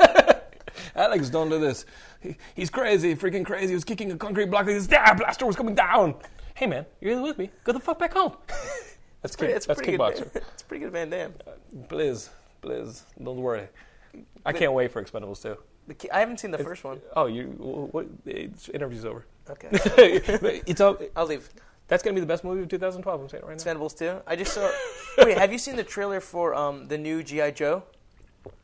[SPEAKER 1] Alex, don't do this. He, he's crazy, freaking crazy. He was kicking a concrete block. His ah, blaster was coming down. Hey, man, you're with me. Go the fuck back home. that's kick,
[SPEAKER 3] it's
[SPEAKER 1] that's
[SPEAKER 3] pretty
[SPEAKER 1] kickboxer.
[SPEAKER 3] good. it's pretty good Van Damme.
[SPEAKER 1] Please, please, don't worry. I can't wait for Expendables 2.
[SPEAKER 3] The ki- I haven't seen the first one.
[SPEAKER 1] Oh, you what? It's, interview's over.
[SPEAKER 3] Okay,
[SPEAKER 1] it's all,
[SPEAKER 3] I'll leave.
[SPEAKER 1] that's gonna be the best movie of 2012. I'm saying it right now.
[SPEAKER 3] Expendables too. I just saw. wait, have you seen the trailer for um, the new GI Joe?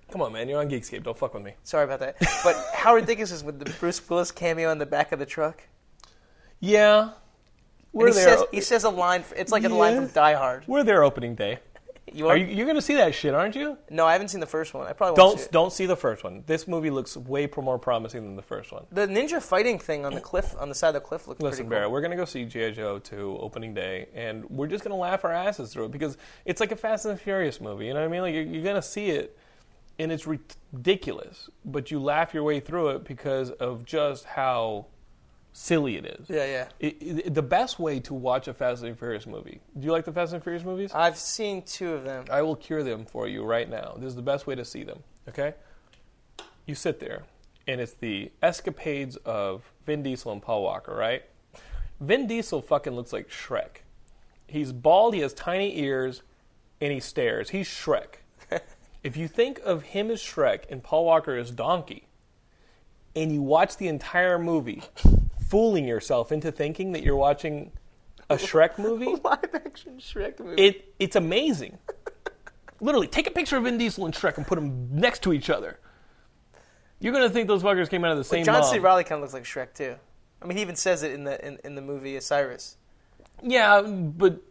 [SPEAKER 1] Come on, man, you're on Geekscape. Don't fuck with me.
[SPEAKER 3] Sorry about that. But how ridiculous is with the Bruce Willis cameo in the back of the truck?
[SPEAKER 1] Yeah, we're
[SPEAKER 3] And he
[SPEAKER 1] there.
[SPEAKER 3] says he says a line. f it's like a line
[SPEAKER 1] Yeah.
[SPEAKER 3] from Die Hard.
[SPEAKER 1] we're there opening day.
[SPEAKER 3] You
[SPEAKER 1] Are
[SPEAKER 3] are-
[SPEAKER 1] you? You're gonna see that shit, aren't you?
[SPEAKER 3] No, I haven't seen the first one. I probably won't
[SPEAKER 1] Don't
[SPEAKER 3] see it.
[SPEAKER 1] don't see the first one. This movie looks way pro- more promising than the first one.
[SPEAKER 3] The ninja fighting thing on the cliff on the side of the cliff looked
[SPEAKER 1] Listen,
[SPEAKER 3] pretty
[SPEAKER 1] Barrett,
[SPEAKER 3] cool.
[SPEAKER 1] we're gonna go see GI Joe 2 opening day, and we're just gonna laugh our asses through it because it's like a Fast and the Furious movie. You know what I mean? Like you're, you're gonna see it, and it's ridiculous, but you laugh your way through it because of just how silly it is.
[SPEAKER 3] Yeah, yeah.
[SPEAKER 1] It, it, the best way to watch a Fast and Furious movie. Do you like the Fast and Furious movies?
[SPEAKER 3] I've seen two of them.
[SPEAKER 1] I will cure them for you right now. This is the best way to see them. Okay? You sit there, and it's the escapades of Vin Diesel and Paul Walker, right? Vin Diesel fucking looks like Shrek. He's bald, he has tiny ears, and he stares. He's Shrek. if you think of him as Shrek and Paul Walker as Donkey, and you watch the entire movie, fooling yourself into thinking that you're watching a Shrek movie,
[SPEAKER 3] Live action Shrek movie.
[SPEAKER 1] it it's amazing. Literally, take a picture of Vin Diesel and Shrek and put them next to each other. You're gonna think those fuckers came out of the same. um,
[SPEAKER 3] John
[SPEAKER 1] mom.
[SPEAKER 3] C. Riley kind of looks like Shrek too. I mean, he even says it in the in, in the movie Cyrus.
[SPEAKER 1] Yeah, but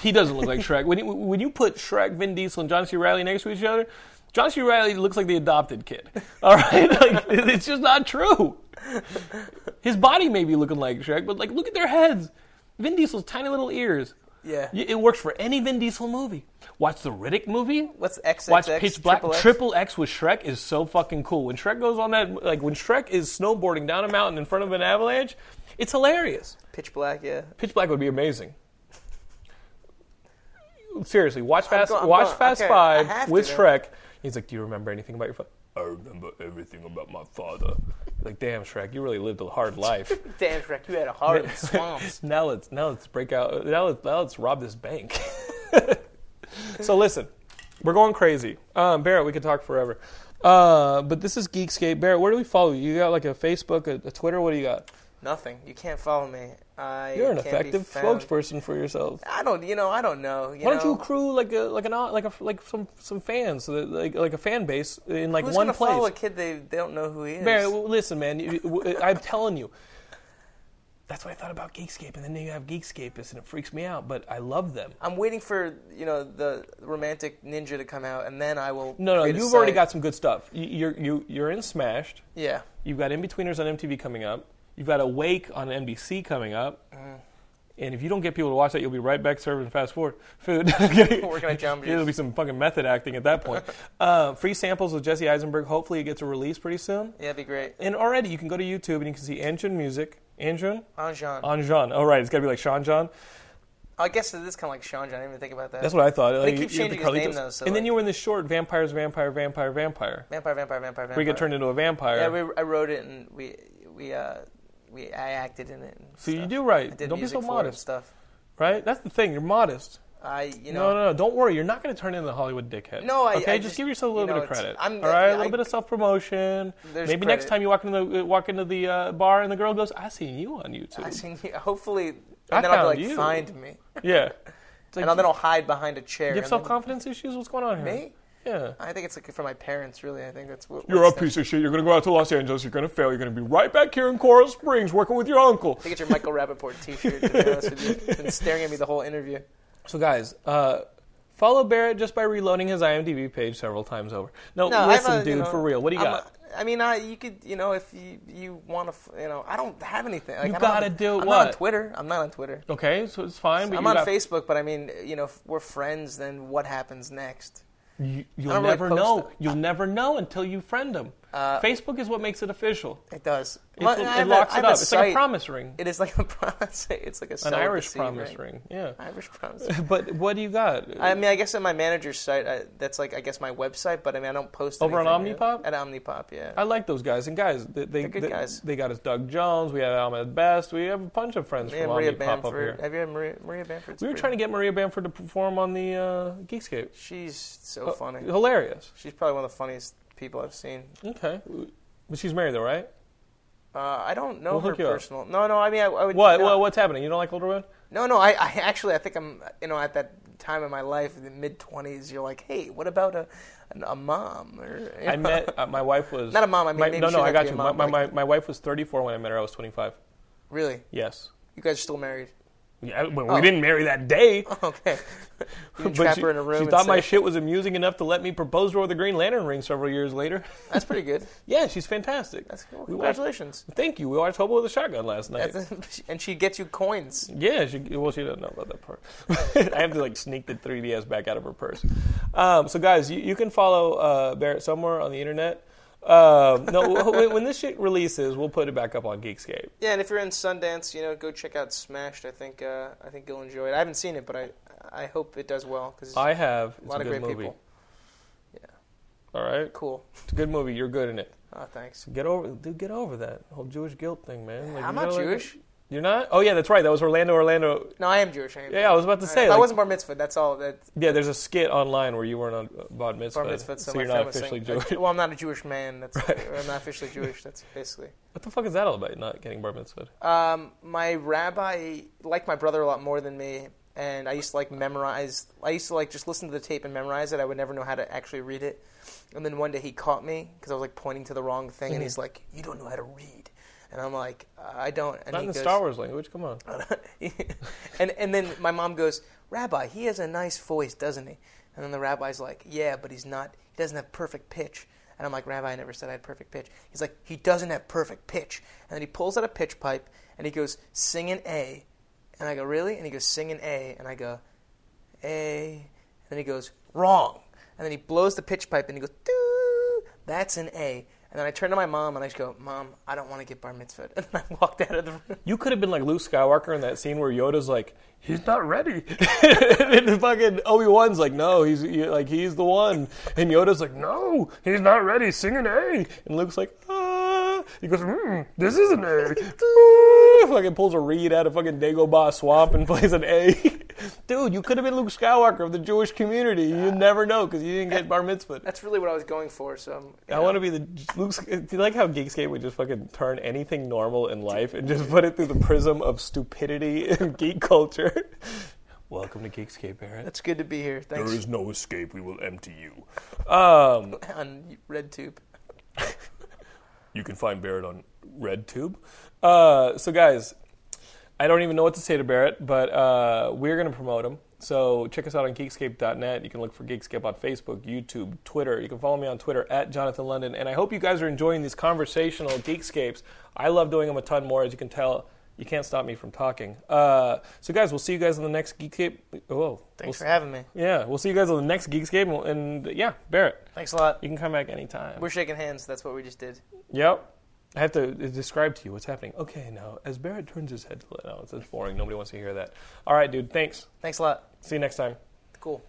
[SPEAKER 1] he doesn't look like Shrek. When you, when you put Shrek, Vin Diesel, and John C. Riley next to each other, John C. Riley looks like the adopted kid. All right, like it- it's just not true. His body may be looking like Shrek, but like look at their heads. Vin Diesel's tiny little ears.
[SPEAKER 3] Yeah.
[SPEAKER 1] Y- it works for any Vin Diesel movie. Watch the Riddick movie.
[SPEAKER 3] What's XXX?
[SPEAKER 1] Watch Pitch Black.
[SPEAKER 3] Triple X?
[SPEAKER 1] Triple X with Shrek is so fucking cool. When Shrek goes on that, like when Shrek is snowboarding down a mountain in front of an avalanche, it's hilarious.
[SPEAKER 3] Pitch Black, yeah.
[SPEAKER 1] Pitch Black would be amazing. Seriously, watch Fast,
[SPEAKER 3] go- I'm
[SPEAKER 1] watch
[SPEAKER 3] going-
[SPEAKER 1] Fast
[SPEAKER 3] okay, I have
[SPEAKER 1] Five
[SPEAKER 3] to
[SPEAKER 1] with
[SPEAKER 3] now.
[SPEAKER 1] Shrek. He's like, "Do you remember anything about your father?" I remember everything about my father. like, damn, Shrek, you really lived a hard life.
[SPEAKER 3] Damn Shrek, you had a heart in the swamps.
[SPEAKER 1] now let's now let's break out. Now let's now let's rob this bank. so listen, we're going crazy. Um, Barrett, we could talk forever. Uh, but this is Geekscape. Barrett, where do we follow you? You got like a Facebook, a, a Twitter? What do you got?
[SPEAKER 3] Nothing. You can't follow me. I
[SPEAKER 1] You're an
[SPEAKER 3] can't be
[SPEAKER 1] effective
[SPEAKER 3] found.
[SPEAKER 1] spokesperson for yourself.
[SPEAKER 3] I don't. You know, I don't know. You
[SPEAKER 1] Why don't
[SPEAKER 3] know?
[SPEAKER 1] you crew like a like an au- like a like some some fans so that, like like a fan base in like
[SPEAKER 3] Who's
[SPEAKER 1] one
[SPEAKER 3] gonna
[SPEAKER 1] place?
[SPEAKER 3] follow a kid they, they don't know who he is?
[SPEAKER 1] Barry, well, listen, man. you- w- I'm telling you. That's what I thought about Geekscape, and then you have Geekscapists, and it freaks me out. But I love them.
[SPEAKER 3] I'm waiting for you know the romantic ninja to come out, and then I will.
[SPEAKER 1] No, no,
[SPEAKER 3] create a
[SPEAKER 1] you've already
[SPEAKER 3] site.
[SPEAKER 1] got some good stuff. You- You're you you're in Smashed.
[SPEAKER 3] Yeah,
[SPEAKER 1] You've got Inbetweeners on MTV coming up. You've got Awake on NBC coming up.
[SPEAKER 3] Mm.
[SPEAKER 1] And if you don't get people to watch that, you'll be right back serving fast forward food.
[SPEAKER 3] Working at Jamba Juice.
[SPEAKER 1] It'll be some fucking method acting at that point. uh, free samples with Jesse Eisenberg. Hopefully, it gets a release pretty soon.
[SPEAKER 3] yeah, that'd be great.
[SPEAKER 1] And already, you can go to YouTube and you can see Anjun Music. Anjun?
[SPEAKER 3] Anjan.
[SPEAKER 1] Anjan. Oh, right. It's got to be like Sean John.
[SPEAKER 3] I guess it is kind of like Sean John. I didn't even think about that.
[SPEAKER 1] That's what I thought. Oh,
[SPEAKER 3] They keep
[SPEAKER 1] you had the
[SPEAKER 3] changing his name,
[SPEAKER 1] Carlitos.
[SPEAKER 3] though, so,
[SPEAKER 1] and then
[SPEAKER 3] like-
[SPEAKER 1] you were in the short vampires, vampire, vampire, vampire.
[SPEAKER 3] Vampire, vampire, vampire, vampire.
[SPEAKER 1] Where you get turned into a vampire.
[SPEAKER 3] Yeah, we, I wrote it and we we uh we I acted in it. And
[SPEAKER 1] So you
[SPEAKER 3] stuff.
[SPEAKER 1] do write.
[SPEAKER 3] I did
[SPEAKER 1] Don't be
[SPEAKER 3] music
[SPEAKER 1] so
[SPEAKER 3] for it and
[SPEAKER 1] modest.
[SPEAKER 3] stuff.
[SPEAKER 1] right? That's the thing. You're modest.
[SPEAKER 3] I you
[SPEAKER 1] No,
[SPEAKER 3] know
[SPEAKER 1] no, no. Don't worry. You're not going to turn into the Hollywood dickhead.
[SPEAKER 3] No, I-
[SPEAKER 1] okay.
[SPEAKER 3] I
[SPEAKER 1] just,
[SPEAKER 3] just-
[SPEAKER 1] give yourself a
[SPEAKER 3] you
[SPEAKER 1] little
[SPEAKER 3] know,
[SPEAKER 1] bit of credit.
[SPEAKER 3] it's- I'm-
[SPEAKER 1] all right, a little
[SPEAKER 3] I-
[SPEAKER 1] bit of self promotion. Maybe
[SPEAKER 3] There's
[SPEAKER 1] next
[SPEAKER 3] credit.
[SPEAKER 1] time you walk into the walk into the uh, bar and the girl goes, "I seen you on YouTube."
[SPEAKER 3] I seen you. Hopefully, and
[SPEAKER 1] I
[SPEAKER 3] then I'll
[SPEAKER 1] found
[SPEAKER 3] be like,
[SPEAKER 1] you.
[SPEAKER 3] find me,
[SPEAKER 1] Yeah. It's like,
[SPEAKER 3] and I'll, then I'll hide behind a chair.
[SPEAKER 1] you have
[SPEAKER 3] and
[SPEAKER 1] self
[SPEAKER 3] then-
[SPEAKER 1] confidence issues. What's going on here?
[SPEAKER 3] Me?
[SPEAKER 1] Yeah.
[SPEAKER 3] I think it's like for my parents. Really, I think that's what.
[SPEAKER 1] You're a
[SPEAKER 3] what's the-
[SPEAKER 1] piece of shit. You're going to go out to Los Angeles. You're going to fail. You're going to be right back here in Coral Springs working with your uncle.
[SPEAKER 3] I think it's your Michael Rappaport T-shirt. To be honest with you, it's been staring at me the whole interview.
[SPEAKER 1] So, guys, uh, follow Barrett just by reloading his IMDb page several times over. No,
[SPEAKER 3] No, I'm
[SPEAKER 1] listen,
[SPEAKER 3] a- you
[SPEAKER 1] dude,
[SPEAKER 3] know,
[SPEAKER 1] for real. What do you
[SPEAKER 3] I'm
[SPEAKER 1] got?
[SPEAKER 3] A, I mean, I you could you know if you you want to you know I don't have anything. Like,
[SPEAKER 1] You
[SPEAKER 3] I don't
[SPEAKER 1] gotta
[SPEAKER 3] have-
[SPEAKER 1] do
[SPEAKER 3] I'm not
[SPEAKER 1] what?
[SPEAKER 3] on Twitter. I'm not on Twitter.
[SPEAKER 1] okay, so it's fine. But
[SPEAKER 3] I'm
[SPEAKER 1] you
[SPEAKER 3] on
[SPEAKER 1] got-
[SPEAKER 3] Facebook, but I mean, you know, if we're friends, then what happens next?
[SPEAKER 1] You,
[SPEAKER 3] I
[SPEAKER 1] you'll
[SPEAKER 3] don't really
[SPEAKER 1] never
[SPEAKER 3] post
[SPEAKER 1] know.
[SPEAKER 3] it.
[SPEAKER 1] You'll never know until you friend them. Facebook is what makes it official.
[SPEAKER 3] It does.
[SPEAKER 1] It,
[SPEAKER 3] My-
[SPEAKER 1] it
[SPEAKER 3] I have a-
[SPEAKER 1] locks
[SPEAKER 3] I
[SPEAKER 1] it
[SPEAKER 3] have
[SPEAKER 1] up. It's like a
[SPEAKER 3] site.
[SPEAKER 1] promise ring,
[SPEAKER 3] It is like a promise. It's like a
[SPEAKER 1] an
[SPEAKER 3] sow and a
[SPEAKER 1] Ring,
[SPEAKER 3] seed
[SPEAKER 1] promise ring. Yeah.
[SPEAKER 3] Irish promise.
[SPEAKER 1] But what do you got?
[SPEAKER 3] I mean, I guess at my manager's site, I, that's like I guess my website, but I mean, I don't post
[SPEAKER 1] Over on
[SPEAKER 3] anything, you know?
[SPEAKER 1] Omnipop?
[SPEAKER 3] At Omnipop, yeah.
[SPEAKER 1] I like those guys and guys. They, they,
[SPEAKER 3] They're good
[SPEAKER 1] they-
[SPEAKER 3] guys.
[SPEAKER 1] They got us Doug Jones. We have Ahmed Best. We have a bunch of friends
[SPEAKER 3] yeah,
[SPEAKER 1] from
[SPEAKER 3] Maria
[SPEAKER 1] Omni pop up
[SPEAKER 3] Bamford.
[SPEAKER 1] here.
[SPEAKER 3] Have you had Maria, Maria Bamford?
[SPEAKER 1] We were trying to get Maria Bamford to perform on the uh, Geekscape.
[SPEAKER 3] She's
[SPEAKER 1] Oh,
[SPEAKER 3] so funny.
[SPEAKER 1] Hilarious.
[SPEAKER 3] She's probably one of the funniest people I've seen.
[SPEAKER 1] Okay. But she's married though, right?
[SPEAKER 3] Uh, I don't know
[SPEAKER 1] We'll
[SPEAKER 3] her
[SPEAKER 1] hook you up.
[SPEAKER 3] personal. No, no. I mean, I, I would.
[SPEAKER 1] What?
[SPEAKER 3] no,
[SPEAKER 1] what- what's happening? You don't like older women?
[SPEAKER 3] No, no. I, I actually, I think I'm, you know, at that time in my life, in the mid twenties. You're like, hey, what about a, an, a mom? Or, you
[SPEAKER 1] I
[SPEAKER 3] know?
[SPEAKER 1] met uh, my wife was
[SPEAKER 3] Not a mom, I mean,
[SPEAKER 1] my-
[SPEAKER 3] maybe
[SPEAKER 1] no,
[SPEAKER 3] she
[SPEAKER 1] no, I
[SPEAKER 3] had
[SPEAKER 1] got
[SPEAKER 3] to
[SPEAKER 1] you.
[SPEAKER 3] be a
[SPEAKER 1] My,
[SPEAKER 3] mom,
[SPEAKER 1] my,
[SPEAKER 3] like-
[SPEAKER 1] my, my wife was 34 when I met her. I was 25.
[SPEAKER 3] Really?
[SPEAKER 1] Yes.
[SPEAKER 3] You guys are still married?
[SPEAKER 1] Yeah, I- well, We didn't marry that day.
[SPEAKER 3] Okay. You can
[SPEAKER 1] but
[SPEAKER 3] Oh. trap
[SPEAKER 1] she,
[SPEAKER 3] her in a room.
[SPEAKER 1] she
[SPEAKER 3] and
[SPEAKER 1] thought my
[SPEAKER 3] say-
[SPEAKER 1] shit was amusing enough to let me propose to her with a Green Lantern ring several years later.
[SPEAKER 3] That's pretty good.
[SPEAKER 1] yeah, she's fantastic.
[SPEAKER 3] That's cool.
[SPEAKER 1] We watched-
[SPEAKER 3] Congratulations.
[SPEAKER 1] thank you. We watched Hobo with a Shotgun last night.
[SPEAKER 3] and she gets you coins.
[SPEAKER 1] Yeah, she, well, she doesn't know about that part. I have to like sneak the 3DS back out of her purse. Um, so, guys, you, you can follow uh, Barrett somewhere on the internet. Um, no, when, when this shit releases, we'll put it back up on Geekscape.
[SPEAKER 3] Yeah, and if you're in Sundance, you know, go check out Smashed. I think uh, I think you'll enjoy it. I haven't seen it, but I I hope it does well because
[SPEAKER 1] I have. It's
[SPEAKER 3] lot
[SPEAKER 1] a
[SPEAKER 3] of
[SPEAKER 1] good
[SPEAKER 3] great
[SPEAKER 1] movie.
[SPEAKER 3] people.
[SPEAKER 1] All right,
[SPEAKER 3] cool.
[SPEAKER 1] it's a good movie. You're good in it.
[SPEAKER 3] Oh, thanks.
[SPEAKER 1] Get over, dude. Get over that whole Jewish guilt thing, man. Like,
[SPEAKER 3] I'm
[SPEAKER 1] you
[SPEAKER 3] not
[SPEAKER 1] know, like-
[SPEAKER 3] Jewish.
[SPEAKER 1] you're not. Oh yeah, that's right. That was Orlando. Orlando.
[SPEAKER 3] No, I am Jewish. I am
[SPEAKER 1] Yeah, I was about to
[SPEAKER 3] Jewish.
[SPEAKER 1] say.
[SPEAKER 3] If I
[SPEAKER 1] like-
[SPEAKER 3] wasn't bar mitzvah. That's all. That
[SPEAKER 1] yeah, there's a skit online where you weren't on uh, bat mitzvah,
[SPEAKER 3] bar mitzvah. So,
[SPEAKER 1] so
[SPEAKER 3] my
[SPEAKER 1] you're
[SPEAKER 3] friend
[SPEAKER 1] not
[SPEAKER 3] was
[SPEAKER 1] officially
[SPEAKER 3] saying,
[SPEAKER 1] Jewish.
[SPEAKER 3] like, well, I'm not a Jewish man. That's or I'm not officially Jewish. That's basically.
[SPEAKER 1] What the fuck is that all about? Not getting bar mitzvah.
[SPEAKER 3] Um, my rabbi liked my brother a lot more than me, and I used to like memorize. I used to like just listen to the tape and memorize it. I would never know how to actually read it. And then one day he caught me because I was like pointing to the wrong thing,
[SPEAKER 1] Hmm.
[SPEAKER 3] and he's like, "You don't know how to read," and I'm like, "I don't." And
[SPEAKER 1] not
[SPEAKER 3] he
[SPEAKER 1] in the
[SPEAKER 3] goes,
[SPEAKER 1] Star Wars language. Come on.
[SPEAKER 3] and and then my mom goes, "Rabbi, he has a nice voice, doesn't he?" And then the rabbi's like, "Yeah, but he's not. He doesn't have perfect pitch." And I'm like, "Rabbi, I never said I had perfect pitch." He's like, "He doesn't have perfect pitch." And then he pulls out a pitch pipe and he goes, "Sing an A," and I go, "Really?" And he goes, "Sing an A," and I go, "A," and then he goes, "Wrong," and then he blows the pitch pipe and he goes, "Doo." "That's an A." And then I turn to my mom and I just go, "Mom, I don't want to get bar mitzvahed." And I walked out of the room.
[SPEAKER 1] You could have been like Luke Skywalker in that scene where Yoda's like, he's not ready. and then fucking Obi Wan's like, no, he's he- like he's the one. And Yoda's like, no, he's not ready. Sing an A. And Luke's like, ah. He goes, mm, this is an A. fucking pulls a reed out of fucking Dagobah swamp and plays an A. Dude, you could have been Luke Skywalker of the Jewish community. You never know because you didn't get bar mitzvah.
[SPEAKER 3] That's really what I was going for. So I'm,
[SPEAKER 1] I want to be the Luke's. Do you like how Geekscape would just fucking turn anything normal in life and just put it through the prism of stupidity and geek culture? Welcome to Geekscape, Barrett.
[SPEAKER 3] It's good to be here. Thanks
[SPEAKER 1] no escape. We will empty you. Um,
[SPEAKER 3] on RedTube.
[SPEAKER 1] you can find Barrett on RedTube. Uh, so, guys, I don't even know what to say to Barrett, but uh, we're going to promote him. So check us out on Geekscape.net. You can look for Geekscape on Facebook, YouTube, Twitter. You can follow me on Twitter at Jonathan London. And I hope you guys are enjoying these conversational Geekscapes. I love doing them a ton more, as you can tell. You can't stop me from talking. Uh, so, guys, we'll see you guys on the next Geekscape. Whoa.
[SPEAKER 3] Thanks for
[SPEAKER 1] We'll-
[SPEAKER 3] having me.
[SPEAKER 1] Yeah, we'll see you guys on the next Geekscape. And, and yeah, Barrett,
[SPEAKER 3] Thanks a lot.
[SPEAKER 1] you can come back anytime.
[SPEAKER 3] We're shaking hands. That's what we just did.
[SPEAKER 1] Yep. I have to uh, describe to you what's happening. Okay, now as Barrett turns his head, no, it's, it's boring. Nobody wants to hear that. All right, dude. Thanks.
[SPEAKER 5] Thanks a lot.
[SPEAKER 1] See you next time.
[SPEAKER 5] Cool.